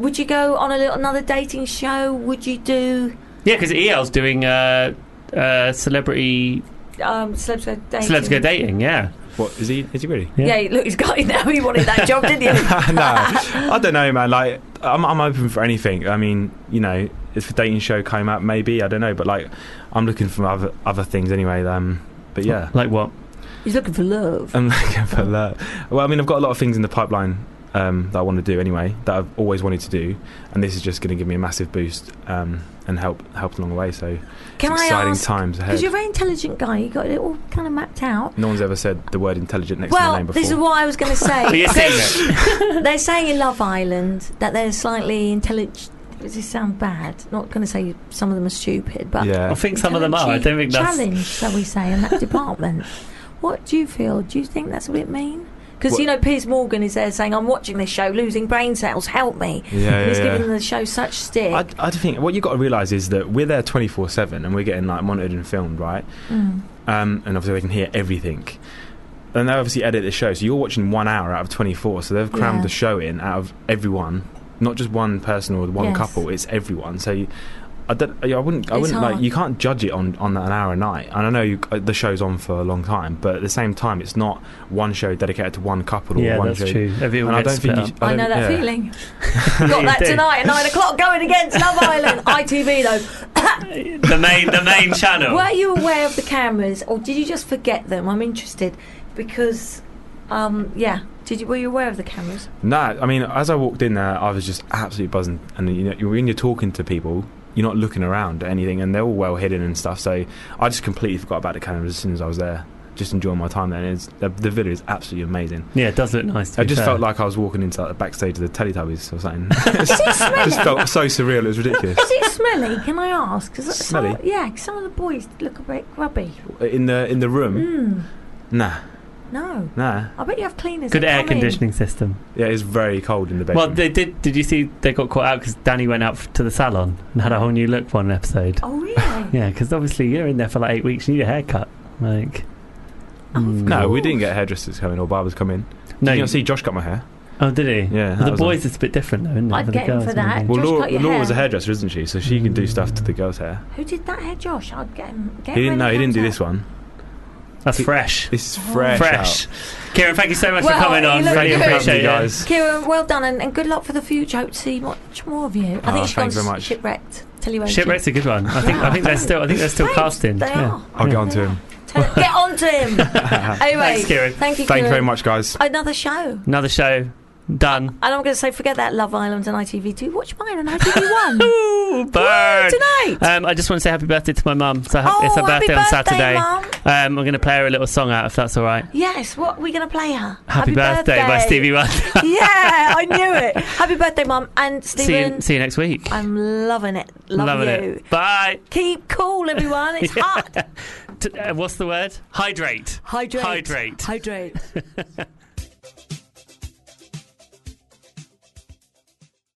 S3: would you go on a little, another dating show? Would you do
S4: Yeah, because EL's doing uh, uh, celebrity
S3: um, celebs go dating?
S4: celebs go dating. Yeah,
S11: What is he? Is he really?
S3: Yeah. look, he's got (laughs) it now. He wanted that job, didn't
S11: (laughs)
S3: he?
S11: no, I don't know, man. Like, I'm, I'm open for anything. I mean, you know, if a dating show came out, maybe I don't know, but like, I'm looking for other other things anyway. Um, but yeah, (laughs)
S4: like what?
S3: He's looking for love.
S11: I'm looking for that. Well, I mean, I've got a lot of things in the pipeline um, that I want to do anyway, that I've always wanted to do, and this is just going to give me a massive boost um, and help help along the way. So,
S3: Can
S11: it's
S3: I
S11: exciting
S3: ask?
S11: times
S3: Because
S11: ahead.
S3: you're a very intelligent guy. You got it all kind of mapped out.
S11: No one's ever said the word intelligent next to my
S3: Well,
S11: name before.
S3: this is what I was
S11: (laughs)
S3: going to
S4: Well,
S3: say.
S4: you're saying it.
S3: (laughs) They're saying in Love Island that they're slightly intelligent. Does this sound bad? Not going to say some of them are stupid, but (laughs)
S11: yeah.
S4: I think some of them are. I don't think that's.
S3: challenge, shall we say, in
S11: (laughs)
S3: that department. What do you feel? Do you think that's a bit mean? Because you know, Piers Morgan is there saying, "I'm watching this show, losing brain cells. Help me."
S11: Yeah,
S3: and he's
S11: yeah, yeah.
S3: giving the show such stick.
S11: I, I think what you got to realise is that we're there 24 7 and we're getting like monitored and filmed, right?
S3: Mm.
S11: Um, and obviously they can hear everything. And they obviously edit the show, so you're watching one hour out of 24, so they've crammed
S3: Yeah.
S11: the show in out of everyone, not just one person or one
S3: Yes.
S11: couple, it's everyone. So you, I, don't, I wouldn't, I
S3: It's
S11: wouldn't like,
S3: hard.
S11: you can't judge it on, on an hour a night. And I know you, uh, the show's on for a long time, but at the same time, it's not one show dedicated to one couple or
S4: Yeah,
S11: one
S4: that's
S11: show.
S4: true. Everyone
S11: And I
S4: gets
S11: don't think
S4: split
S11: you,
S4: up.
S11: I
S3: I
S11: don't-
S3: know that
S11: yeah. (laughs)
S3: feeling. Got that
S4: do.
S3: tonight at nine o'clock. Going against Love Island ITV though.
S4: the main the
S3: (laughs)
S4: main channel.
S3: Were you aware of the cameras, or did you just forget them? I'm interested because, um, yeah, did you? Were you aware of the
S11: (laughs)
S3: cameras?
S11: No, I mean, as I walked in there, I was just absolutely buzzing. And you know, you- when you're talking to people, you're not looking around at anything, and they're all well hidden and stuff. So I just completely forgot about the cameras as soon as I was there, just enjoying my time there. And it's, the, the video is absolutely amazing.
S4: Yeah, it does look nice. To
S11: I
S4: be
S11: just
S4: fair.
S11: felt like I was walking into like, the backstage of the Teletubbies or something. (laughs) just felt so surreal. It was ridiculous.
S3: Is it smelly? Can I ask? 'Cause some-
S11: Smelly?
S3: yeah, 'cause some of the boys look a bit grubby.
S11: In the in the room,
S3: Mm,
S11: nah,
S3: no,
S11: nah.
S3: I bet you have cleaners.
S4: good
S3: that
S4: air
S3: come in.
S4: conditioning system.
S11: Yeah, it's very cold in the bedroom.
S4: Well, they did. Did you see they got caught out because Danny went out f- to the salon and had a whole new look one episode.
S3: Oh really?
S4: Yeah, because obviously you're in there for like eight weeks. You need a haircut. Like,
S3: Oh,
S4: mm.
S11: no, we didn't get hairdressers coming or barbers coming.
S4: No,
S11: Did you
S4: you-
S11: not see Josh cut my hair?
S4: Oh, did he?
S11: Yeah, that
S4: Well, the
S11: was on.
S4: boys, it's a bit different though, isn't it?
S3: I'd
S4: the
S3: get him
S4: girls
S3: for
S4: and
S3: that.
S4: everything.
S11: Well,
S3: Josh
S11: Laura,
S3: cut your
S11: Laura
S3: hair.
S11: was a hairdresser, isn't she? So she can do stuff to the girls' hair.
S3: Who did that hair, Josh? I'd get him. Get him
S11: He didn't. No,
S3: when
S11: he didn't do
S3: comes
S11: this one.
S4: That's fresh.
S11: This is fresh.
S4: Fresh.
S11: out.
S4: Kieran, thank you so much
S3: Well,
S4: for coming
S3: you
S4: on.
S3: look
S4: Really
S3: good.
S4: appreciate it.
S11: Guys.
S3: out. Kieran, well done and, and good luck for the future. Hope to see much more of you. I
S11: Oh,
S3: think she
S11: thank
S3: got
S11: you very much.
S3: shipwrecked. Tell you where
S4: Shipwreck's a good one. I think. I think they're still. I think they're still
S3: Thanks,
S4: casting.
S3: They
S4: yeah.
S3: are.
S11: I'll get on to him.
S3: Tell- get on to
S11: (laughs)
S3: him. anyway,
S4: Thanks, Kieran.
S3: thank you.
S11: Thank you
S3: Kieran.
S11: very much, guys.
S3: Another show.
S4: Another show done.
S3: And I'm going to say, forget that Love Island and ITV2. Watch mine on
S11: (laughs)
S3: ITV1
S4: Ooh, bird.
S3: tonight.
S4: Um, I just want to say happy birthday to my mum. So ha-
S3: Oh,
S4: Uh, it's her
S3: happy
S4: birthday, on
S3: birthday,
S4: Saturday.
S3: Mum.
S4: Um, I'm going to play her a little song out if that's all right.
S3: Yes, what are we going to play her?
S4: Happy, birthday, by Stevie Wonder.
S3: (laughs)
S4: (laughs)
S3: yeah, I knew
S11: (laughs)
S3: it. Happy birthday, Mum. And
S4: see
S3: Stephen,
S4: you. See you next week.
S3: I'm loving it. Love
S4: Loving
S3: you.
S4: it. Bye.
S3: Keep cool, everyone.
S11: (laughs)
S3: It's hot.
S4: T- uh, what's the word? Hydrate.
S3: Hydrate.
S4: Hydrate.
S3: Hydrate.